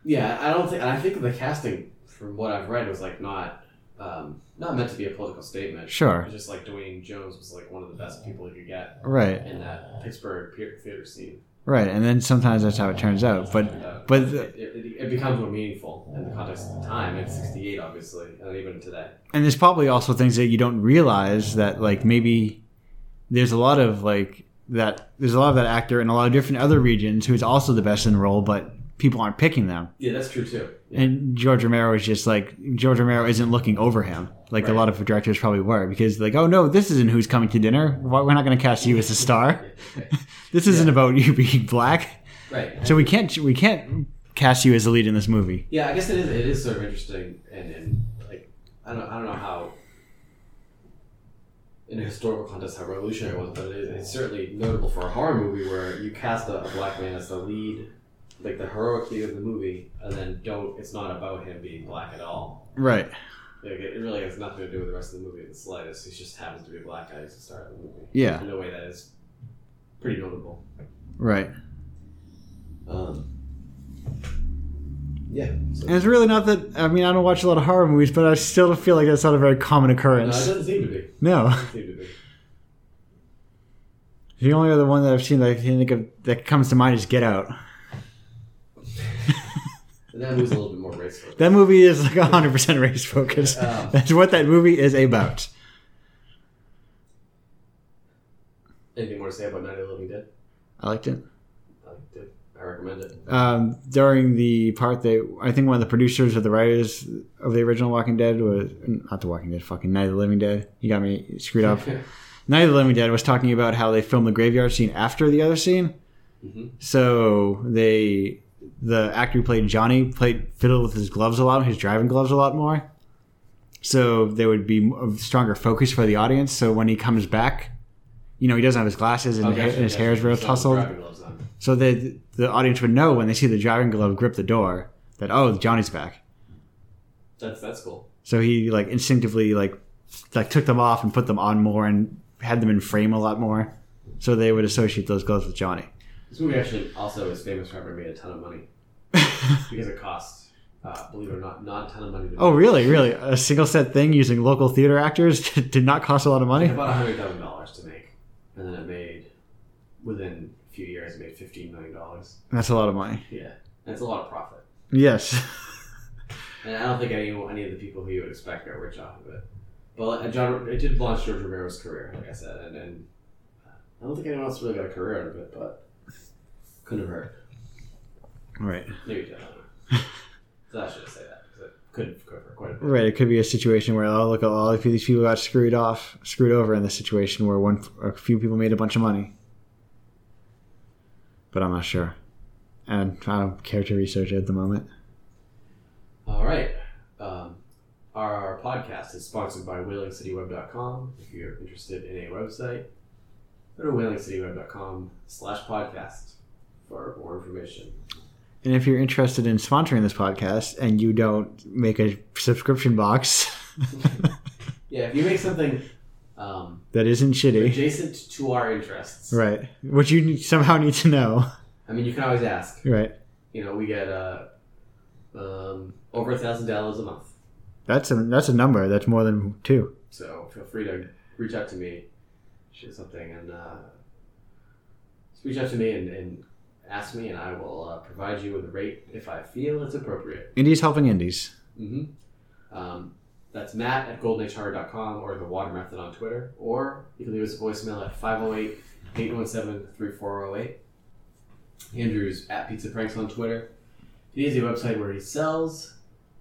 Speaker 1: Yeah, I don't think. and I think the casting, from what I've read, was like not um, not meant to be a political statement.
Speaker 2: Sure,
Speaker 1: It's just like Dwayne Jones was like one of the best people you could get
Speaker 2: right,
Speaker 1: in that Pittsburgh pe- theater scene.
Speaker 2: right. And then sometimes that's how it turns out. But
Speaker 1: And, uh,
Speaker 2: but the-
Speaker 1: it, it, it becomes more meaningful in the context of the time in '68, obviously, and even today.
Speaker 2: and there's probably also things that you don't realize that like maybe there's a lot of like that there's a lot of that actor in a lot of different other regions who's also the best in the role but people aren't picking them
Speaker 1: Yeah, that's true too. Yeah.
Speaker 2: and george romero is just like george romero isn't looking over him like a
Speaker 1: Right.
Speaker 2: lot of directors probably were because like oh no this isn't who's coming to dinner Why- we're not going to cast you as a star this isn't about you being black
Speaker 1: right.
Speaker 2: so we can't we can't cast you as the lead in this movie
Speaker 1: Yeah, I guess it is. It is sort of interesting, and, and like I don't, I don't know how in a historical context how revolutionary it was, but it is. It's certainly notable for a horror movie where you cast a, a black man as the lead, like the heroic lead of the movie, and then don't. It's not about him being black at all.
Speaker 2: right
Speaker 1: Like, it really has nothing to do with the rest of the movie in the slightest. He just happens to be a black guy who's the star of the movie.
Speaker 2: yeah
Speaker 1: In a way that is pretty notable.
Speaker 2: right
Speaker 1: Um, yeah. So.
Speaker 2: And it's really not that. I mean, I don't watch a lot of horror movies, but I still feel like that's not a very common
Speaker 1: no, it
Speaker 2: occurrence.
Speaker 1: doesn't seem to be. It
Speaker 2: No,
Speaker 1: doesn't seem to be.
Speaker 2: the only other one that I've seen that I can think of that comes to mind is Get Out.
Speaker 1: And that movie's a little bit more racial.
Speaker 2: That movie is like hundred percent race focused.
Speaker 1: Um,
Speaker 2: That's what that movie is about.
Speaker 1: Anything more to say about Night of the Living Dead?
Speaker 2: I liked it.
Speaker 1: I liked it. I recommend it.
Speaker 2: Um, during the part that I think one of the producers or the writers of the original Walking Dead was not the Walking Dead, fucking Night of the Living Dead. You got me screwed up. Night of the Living Dead was talking about how they filmed the graveyard scene after the other scene.
Speaker 1: Mhm.
Speaker 2: So they, the actor who played Johnny played fiddled with his gloves a lot, his driving gloves a lot more. So there would be a stronger focus for the audience. So when he comes back, you know he doesn't have his glasses and,
Speaker 1: Oh,
Speaker 2: hair-
Speaker 1: gotcha,
Speaker 2: and his
Speaker 1: gotcha.
Speaker 2: hair is real
Speaker 1: So
Speaker 2: tousled.
Speaker 1: driving gloves on.
Speaker 2: So the the audience would know when they see the driving glove grip the door that oh Johnny's back.
Speaker 1: That's that's cool.
Speaker 2: So he like instinctively like like took them off and put them on more and had them in frame a lot more. So they would associate those gloves with Johnny.
Speaker 1: This movie actually also is famous for having made a ton of money because it cost, uh, believe it or not, not a ton of money. To
Speaker 2: oh,
Speaker 1: make.
Speaker 2: really? Really? A single set thing using local theater actors did not cost a lot of money.
Speaker 1: About hundred thousand dollars to make, and then it made within a few years it made fifteen million dollars.
Speaker 2: That's a lot of money.
Speaker 1: Yeah, that's a lot of profit.
Speaker 2: Yes.
Speaker 1: And I don't think any any of the people who you would expect got rich off of it. But uh, John, it did launch George Romero's career, like I said, and, and uh, I don't think anyone else really got a career out of it, but couldn't have hurt.
Speaker 2: Right.
Speaker 1: Maybe it did. I don't know. so I shouldn't say that because it could have hurt for quite a bit.
Speaker 2: Right. It could be a situation where oh look, all of these people got screwed off, screwed over in this situation where one a few people made a bunch of money. But I'm not sure, and I don't care to research it at the moment.
Speaker 1: All right. Um, our podcast is sponsored by WhalingCityWeb.com. If you're interested in a website, go to WhalingCityWeb.com slash podcast for more information.
Speaker 2: And if you're interested in sponsoring this podcast and you don't make a subscription box
Speaker 1: Yeah, if you make something um,
Speaker 2: that isn't shitty,
Speaker 1: adjacent to our interests,
Speaker 2: right? Which you need- somehow need to know,
Speaker 1: I mean, you can always ask.
Speaker 2: right?
Speaker 1: You know, we get uh, um, over a thousand dollars a month,
Speaker 2: That's a that's a number. That's more than two.
Speaker 1: so feel free to reach out to me, share something, and uh, Just reach out to me and, and ask me, and I will uh, provide you with a rate if I feel it's appropriate.
Speaker 2: Indies helping indies.
Speaker 1: hmm Um, that's Matt at goldenhr.com or the Water Method on Twitter, or you can leave us a voicemail at 508 817 3408. Andrew's at Pizza Pranks on Twitter. He has a website where he sells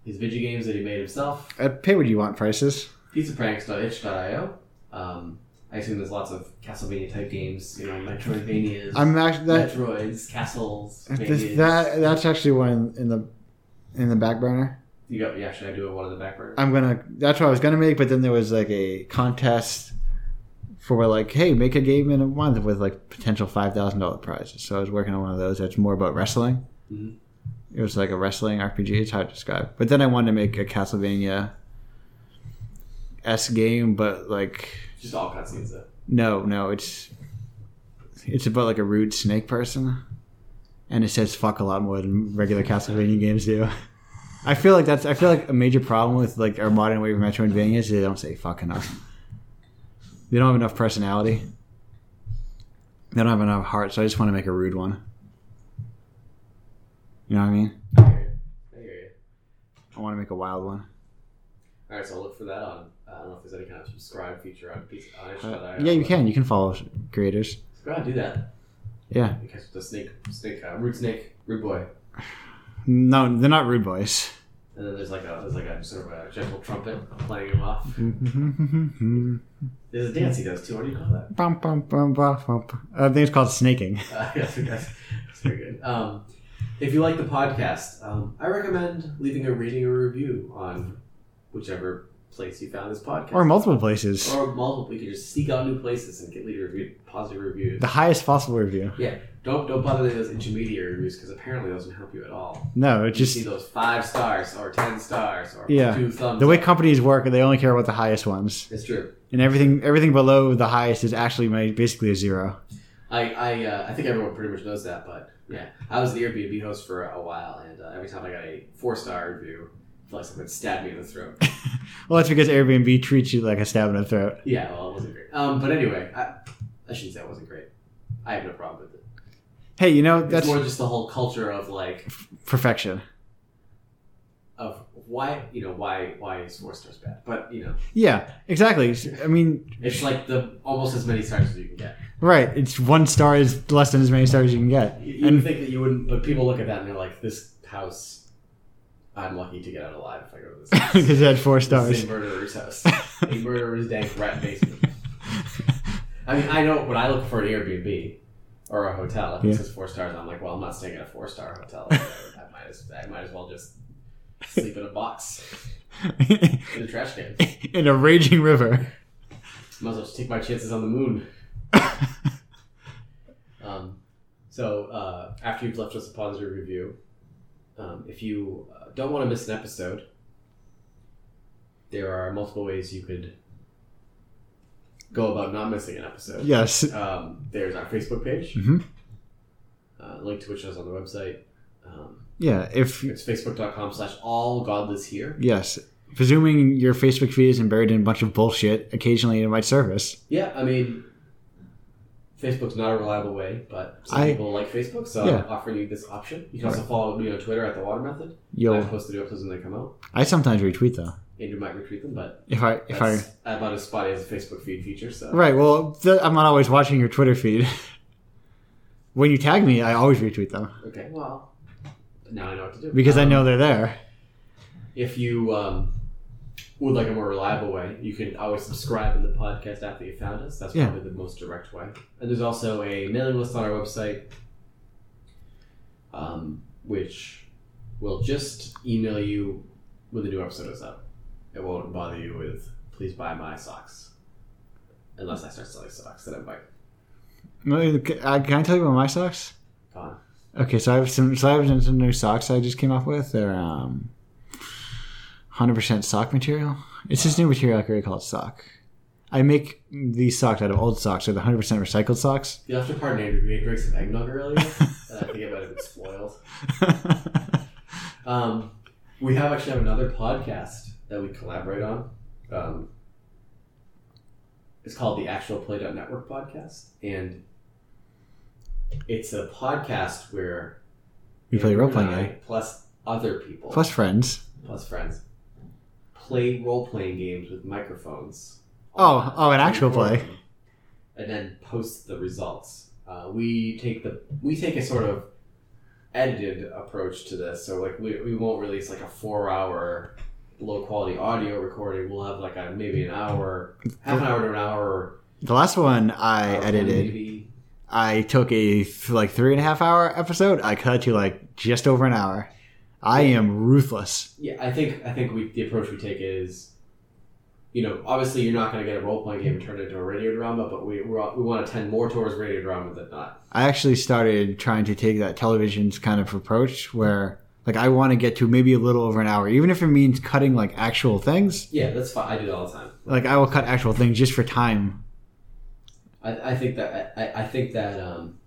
Speaker 1: his video games that he made himself
Speaker 2: At pay what you want prices.
Speaker 1: pizzapranks.itch.io. Um, I assume there's lots of Castlevania type games, you know, Metroidvanias,
Speaker 2: I'm actually that
Speaker 1: Metroids, Castles,
Speaker 2: this,
Speaker 1: Manias.
Speaker 2: that that's actually one in, in the in the back burner.
Speaker 1: You got, yeah, should I do it one in the back burner?
Speaker 2: I'm gonna that's what I was gonna make, but then there was like a contest for like, hey, make a game in a month with like potential five thousand dollar prizes. So I was working on one of those that's more about wrestling.
Speaker 1: Mhm.
Speaker 2: It was like a wrestling RPG. It's hard to describe. But then I wanted to make a Castlevania s game, but like
Speaker 1: Just all cutscenes, though.
Speaker 2: no, no, it's it's about like a rude snake person, and it says fuck a lot more than regular Castlevania games do. I feel like that's I feel like a major problem with like our modern wave of Metroidvanias is they don't say fuck enough. They don't have enough personality. They don't have enough heart, so I just want to make a rude one. You know what I mean?
Speaker 1: I hear you. I hear you.
Speaker 2: I want to make a wild one.
Speaker 1: All right, so I'll look for that on. uh, I don't know if there's any kind of subscribe feature on pizza. On
Speaker 2: Uh,
Speaker 1: itch.io,
Speaker 2: yeah, you
Speaker 1: but-
Speaker 2: can. You can follow creators.
Speaker 1: Go ahead, do that.
Speaker 2: Yeah.
Speaker 1: You catch the snake, snake, uh, root snake, root boy,
Speaker 2: No, they're not rude boys.
Speaker 1: and then there's like a there's like a sort of a gentle trumpet playing him off. There's a dance he does too. How do you know that?
Speaker 2: Bum, bum, bum, bum, bum, bum. I think it's called snaking.
Speaker 1: Uh, yes, yes. That's very good. Um, if you like the podcast, um, I recommend leaving a rating or review on whichever place you found this podcast.
Speaker 2: Or multiple places.
Speaker 1: Or multiple. You can just seek out new places and get leave review, positive reviews.
Speaker 2: The highest possible review.
Speaker 1: Don't don't bother those intermediary reviews because apparently those don't help you at all.
Speaker 2: No, it
Speaker 1: You just see
Speaker 2: just
Speaker 1: those five stars or ten stars or
Speaker 2: Yeah.
Speaker 1: two thumbs.
Speaker 2: the way
Speaker 1: up.
Speaker 2: companies work, they only care about the highest ones,
Speaker 1: It's true.
Speaker 2: and everything everything below the highest is actually ma- basically a zero.
Speaker 1: I I, uh, I think everyone pretty much knows that, but yeah, I was the Airbnb host for a while, and uh, every time I got a four star review, I felt like someone stabbed me in the throat.
Speaker 2: Well, that's because Airbnb treats you like a stab in the throat.
Speaker 1: Yeah, well, it wasn't great. Um, but anyway, I, I shouldn't say it wasn't great. I have no problem with it.
Speaker 2: Hey, you know
Speaker 1: It's
Speaker 2: that's
Speaker 1: more just the whole culture of like
Speaker 2: perfection.
Speaker 1: of why you know why why is four stars bad, but you know
Speaker 2: Yeah, exactly. I mean,
Speaker 1: it's like the almost as many stars as you can get.
Speaker 2: right? It's one star is less than as many stars as you can get.
Speaker 1: You, you would think that you wouldn't, but people look at that and they're like, this house, I'm lucky to get out alive if I go to this house.
Speaker 2: Because it had four
Speaker 1: This is
Speaker 2: stars.
Speaker 1: a murderer's house. a murderer's dank rat basement. I mean, I know when I look for an Airbnb or a hotel, if
Speaker 2: Yeah.
Speaker 1: it says four stars, I'm like, well, I'm not staying at a four star hotel. I might as I might as well just sleep in a box in a trash can. Might
Speaker 2: in a raging river.
Speaker 1: as well just take my chances on the moon. Um, so uh, after you've left us a positive review, um, if you uh, don't want to miss an episode, there are multiple ways you could go about not missing an episode.
Speaker 2: yes.
Speaker 1: Um, there's our Facebook page,
Speaker 2: Mhm.
Speaker 1: uh, link to which is on the website. Um,
Speaker 2: Yeah. If
Speaker 1: it's facebook.com slash all godless here.
Speaker 2: Yes. Presuming your Facebook feed isn't buried in a bunch of bullshit, occasionally it might surface.
Speaker 1: Yeah, I mean, Facebook's not a reliable way, but some
Speaker 2: I-
Speaker 1: people like Facebook, so
Speaker 2: Yeah.
Speaker 1: I'm offering you this option. You can also follow me on Twitter at The Water Method. I
Speaker 2: You'll.
Speaker 1: post the new episodes when they come out.
Speaker 2: I sometimes retweet though.
Speaker 1: Andrew might retweet them, but
Speaker 2: If I if I
Speaker 1: that's about as spotty as a Facebook feed feature, so.
Speaker 2: right, well, th- I'm not always watching your Twitter feed. when you tag me, I always retweet them
Speaker 1: Okay, well, now I know what to do.
Speaker 2: because I
Speaker 1: Um,
Speaker 2: know they're there.
Speaker 1: If you um, would like a more reliable way, you can always subscribe in the podcast app that you found us. That's
Speaker 2: Yeah.
Speaker 1: probably the most direct way. And there's also a mailing list on our website, um, which will just email you when the new episode is up. It won't bother you with "please buy my socks," unless I start selling socks. Then I might.
Speaker 2: No, c- I- Can I tell you about my socks?
Speaker 1: Gone.
Speaker 2: Okay, so I have some so I have some new socks I just came up with. They're um, 100% sock material. It's this new material I created called sock. I make these socks out of old socks, so they're 100% recycled socks.
Speaker 1: You'll have to pardon Andrew. We had drank some eggnog earlier, and I think it might have been spoiled. Um, we have actually have another podcast that we collaborate on. Um, it's called the Actual Play Network podcast, and It's a podcast where
Speaker 2: We play
Speaker 1: Andrew
Speaker 2: role playing
Speaker 1: and I,
Speaker 2: game.
Speaker 1: plus other people
Speaker 2: Plus friends.
Speaker 1: plus friends play role playing games with microphones.
Speaker 2: Oh, oh, an actual
Speaker 1: Record
Speaker 2: play.
Speaker 1: them, and then post the results. Uh, we take the we take a sort of edited approach to this, so like we, we won't release like a four hour low quality audio recording. We'll have like a maybe an hour, half an hour to an hour.
Speaker 2: The last one I
Speaker 1: hour
Speaker 2: edited,
Speaker 1: maybe.
Speaker 2: I took a th- like three and a half hour episode. I cut it to like just over an hour. I am ruthless.
Speaker 1: Yeah, I think I think we the approach we take is, you know, obviously you're not going to get a role playing game and turn it into a radio drama, but we we're, we want to tend more towards radio drama than not.
Speaker 2: I actually started trying to take that television's kind of approach where like I want to get to maybe a little over an hour, even if it means cutting like actual things.
Speaker 1: Yeah, that's fine. I do it all the time.
Speaker 2: Like I will cut actual things just for time.
Speaker 1: I, I think that I, I think that um,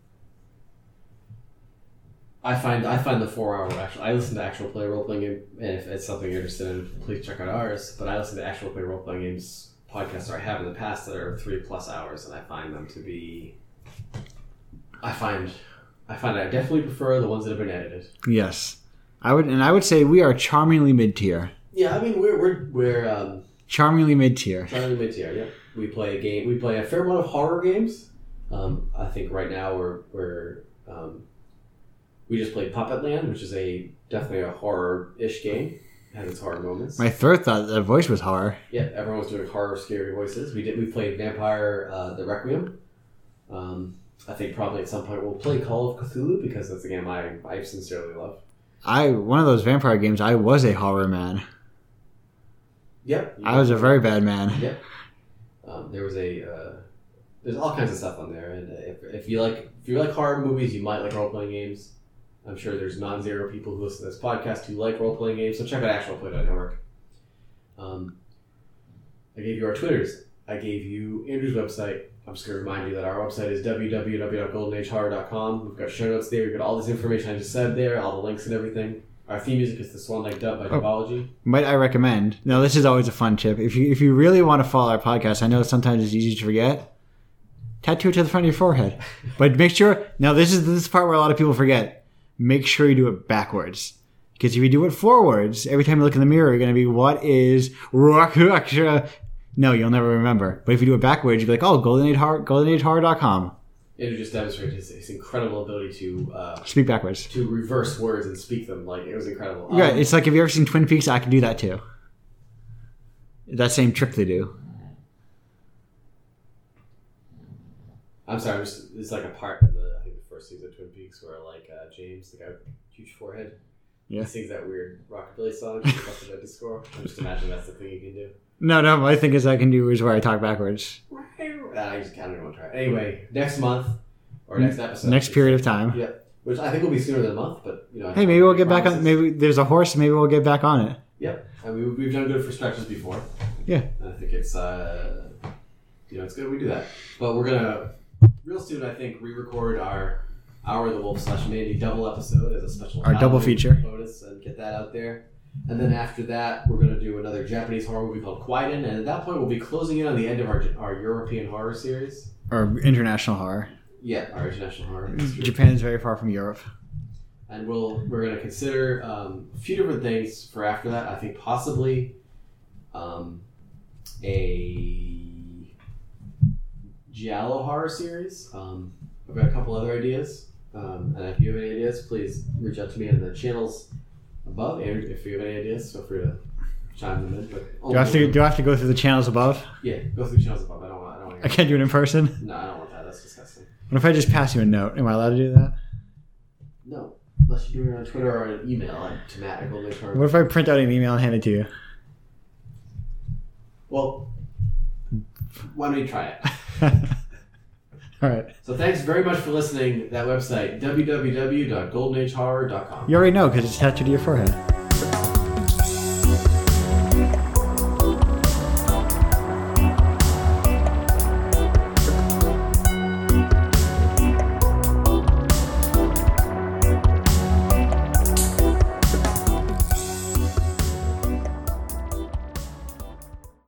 Speaker 1: I find I find the four hour actual. I listen to actual play role playing game, and if it's something you're interested in, please check out ours. But I listen to actual play role playing games podcasts that I have in the past that are three plus hours, and I find them to be. I find, I find I definitely prefer the ones that have been edited.
Speaker 2: Yes. I would and I would say we are charmingly mid tier.
Speaker 1: Yeah, I mean we're we're we're um,
Speaker 2: Charmingly mid tier.
Speaker 1: Charlie Mid-tier, yeah. We play a game. We play a fair amount of horror games. Um, I think right now we're we're um, we just played Puppet Land, which is a definitely a horror-ish game. It has its horror moments.
Speaker 2: My throat thought that voice was horror.
Speaker 1: Yeah, everyone was doing horror, scary voices. We did. We played Vampire: uh, The Requiem. Um, I think probably at some point we'll play Call of Cthulhu because that's a game I, I sincerely love.
Speaker 2: I one of those vampire games. I was a horror man.
Speaker 1: Yep.
Speaker 2: I was a very bad man.
Speaker 1: Yep. Um, there was a uh, there's all kinds of stuff on there, and uh, if, if you like if you like horror movies, you might like role playing games. I'm sure there's non-zero people who listen to this podcast who like role playing games, so check out Actual Play Network. Um, I gave you our Twitters. I gave you Andrew's website. I'm just going to remind you that our website is www.goldenagehorror.com. We've got show notes there. We've got all this information I just said there, all the links and everything. Our theme music is the Swan Lake Dub by
Speaker 2: Oh.
Speaker 1: Dubology.
Speaker 2: Might I recommend? Now this is always a fun tip. If you if you really want to follow our podcast, I know sometimes it's easy to forget. Tattoo it to the front of your forehead, but make sure. Now this is this is the part where a lot of people forget. Make sure you do it backwards. Because if you do it forwards, every time you look in the mirror, you're going to be, what is rock? rock- uh," No, you'll never remember. But if you do it backwards, you'll be like, oh, golden age horror, golden age horror.com.
Speaker 1: Andrew just demonstrated his, his incredible ability to uh,
Speaker 2: Speak backwards.
Speaker 1: to reverse words and speak them. Like it was incredible.
Speaker 2: Yeah,
Speaker 1: Um,
Speaker 2: it's like if you ever seen Twin Peaks, I can do that too. That same trick they do.
Speaker 1: I'm sorry. I'm just, it's like a part in the I think the first season of Twin Peaks where like uh, James, the guy with the huge forehead,
Speaker 2: Yeah.
Speaker 1: he sings that weird rockabilly song. he Busted Out the score. I'm just imagining that's the thing you can do.
Speaker 2: No, no, my thing is I can do is where I talk backwards.
Speaker 1: Uh, I just kind of want to try. it. Anyway, next month or next episode,
Speaker 2: Mm, Next period of time.
Speaker 1: which I think will be sooner than a month, but you know. I
Speaker 2: Hey,
Speaker 1: don't
Speaker 2: maybe
Speaker 1: make
Speaker 2: we'll
Speaker 1: any
Speaker 2: get back on.
Speaker 1: promises.
Speaker 2: Maybe there's a horse. Maybe we'll get back on it.
Speaker 1: Yep, I mean we've done good for stretches before.
Speaker 2: Yeah.
Speaker 1: I think it's uh, you know it's good we do that, but we're gonna real soon I think re-record our Hour of the Wolf slash Mandy double episode as a special
Speaker 2: Our double
Speaker 1: Halloween
Speaker 2: feature.
Speaker 1: bonus and get that out there, and then after that we're gonna do another Japanese horror movie called Quieten, and at that point we'll be closing in on the end of our our European horror series.
Speaker 2: Or international horror.
Speaker 1: Yeah, our international horror.
Speaker 2: Mm,
Speaker 1: history.
Speaker 2: Japan's very far from Europe.
Speaker 1: and we'll we're going to consider um, a few different things for after that. I think possibly um, a giallo horror series. Um, I've got a couple other ideas, um, and if you have any ideas, please reach out to me on the channels above. And if you have any ideas, feel free to chime them in. But
Speaker 2: Do I have to? Do I have to go through the channels above?
Speaker 1: yeah, go through the channels above. I don't want. I don't want.
Speaker 2: I can't do it in person.
Speaker 1: no, I don't want that. That's disgusting.
Speaker 2: What if I just pass you a note? Am I allowed to do that?
Speaker 1: No. Unless you do it on Twitter or an email at tomatical.
Speaker 2: What if I print out an email and hand it to you?
Speaker 1: Well, why don't we try it?
Speaker 2: All right.
Speaker 1: So thanks very much for listening. That website, www.goldenagehorror.com.
Speaker 2: You already know because it's tattooed to your forehead.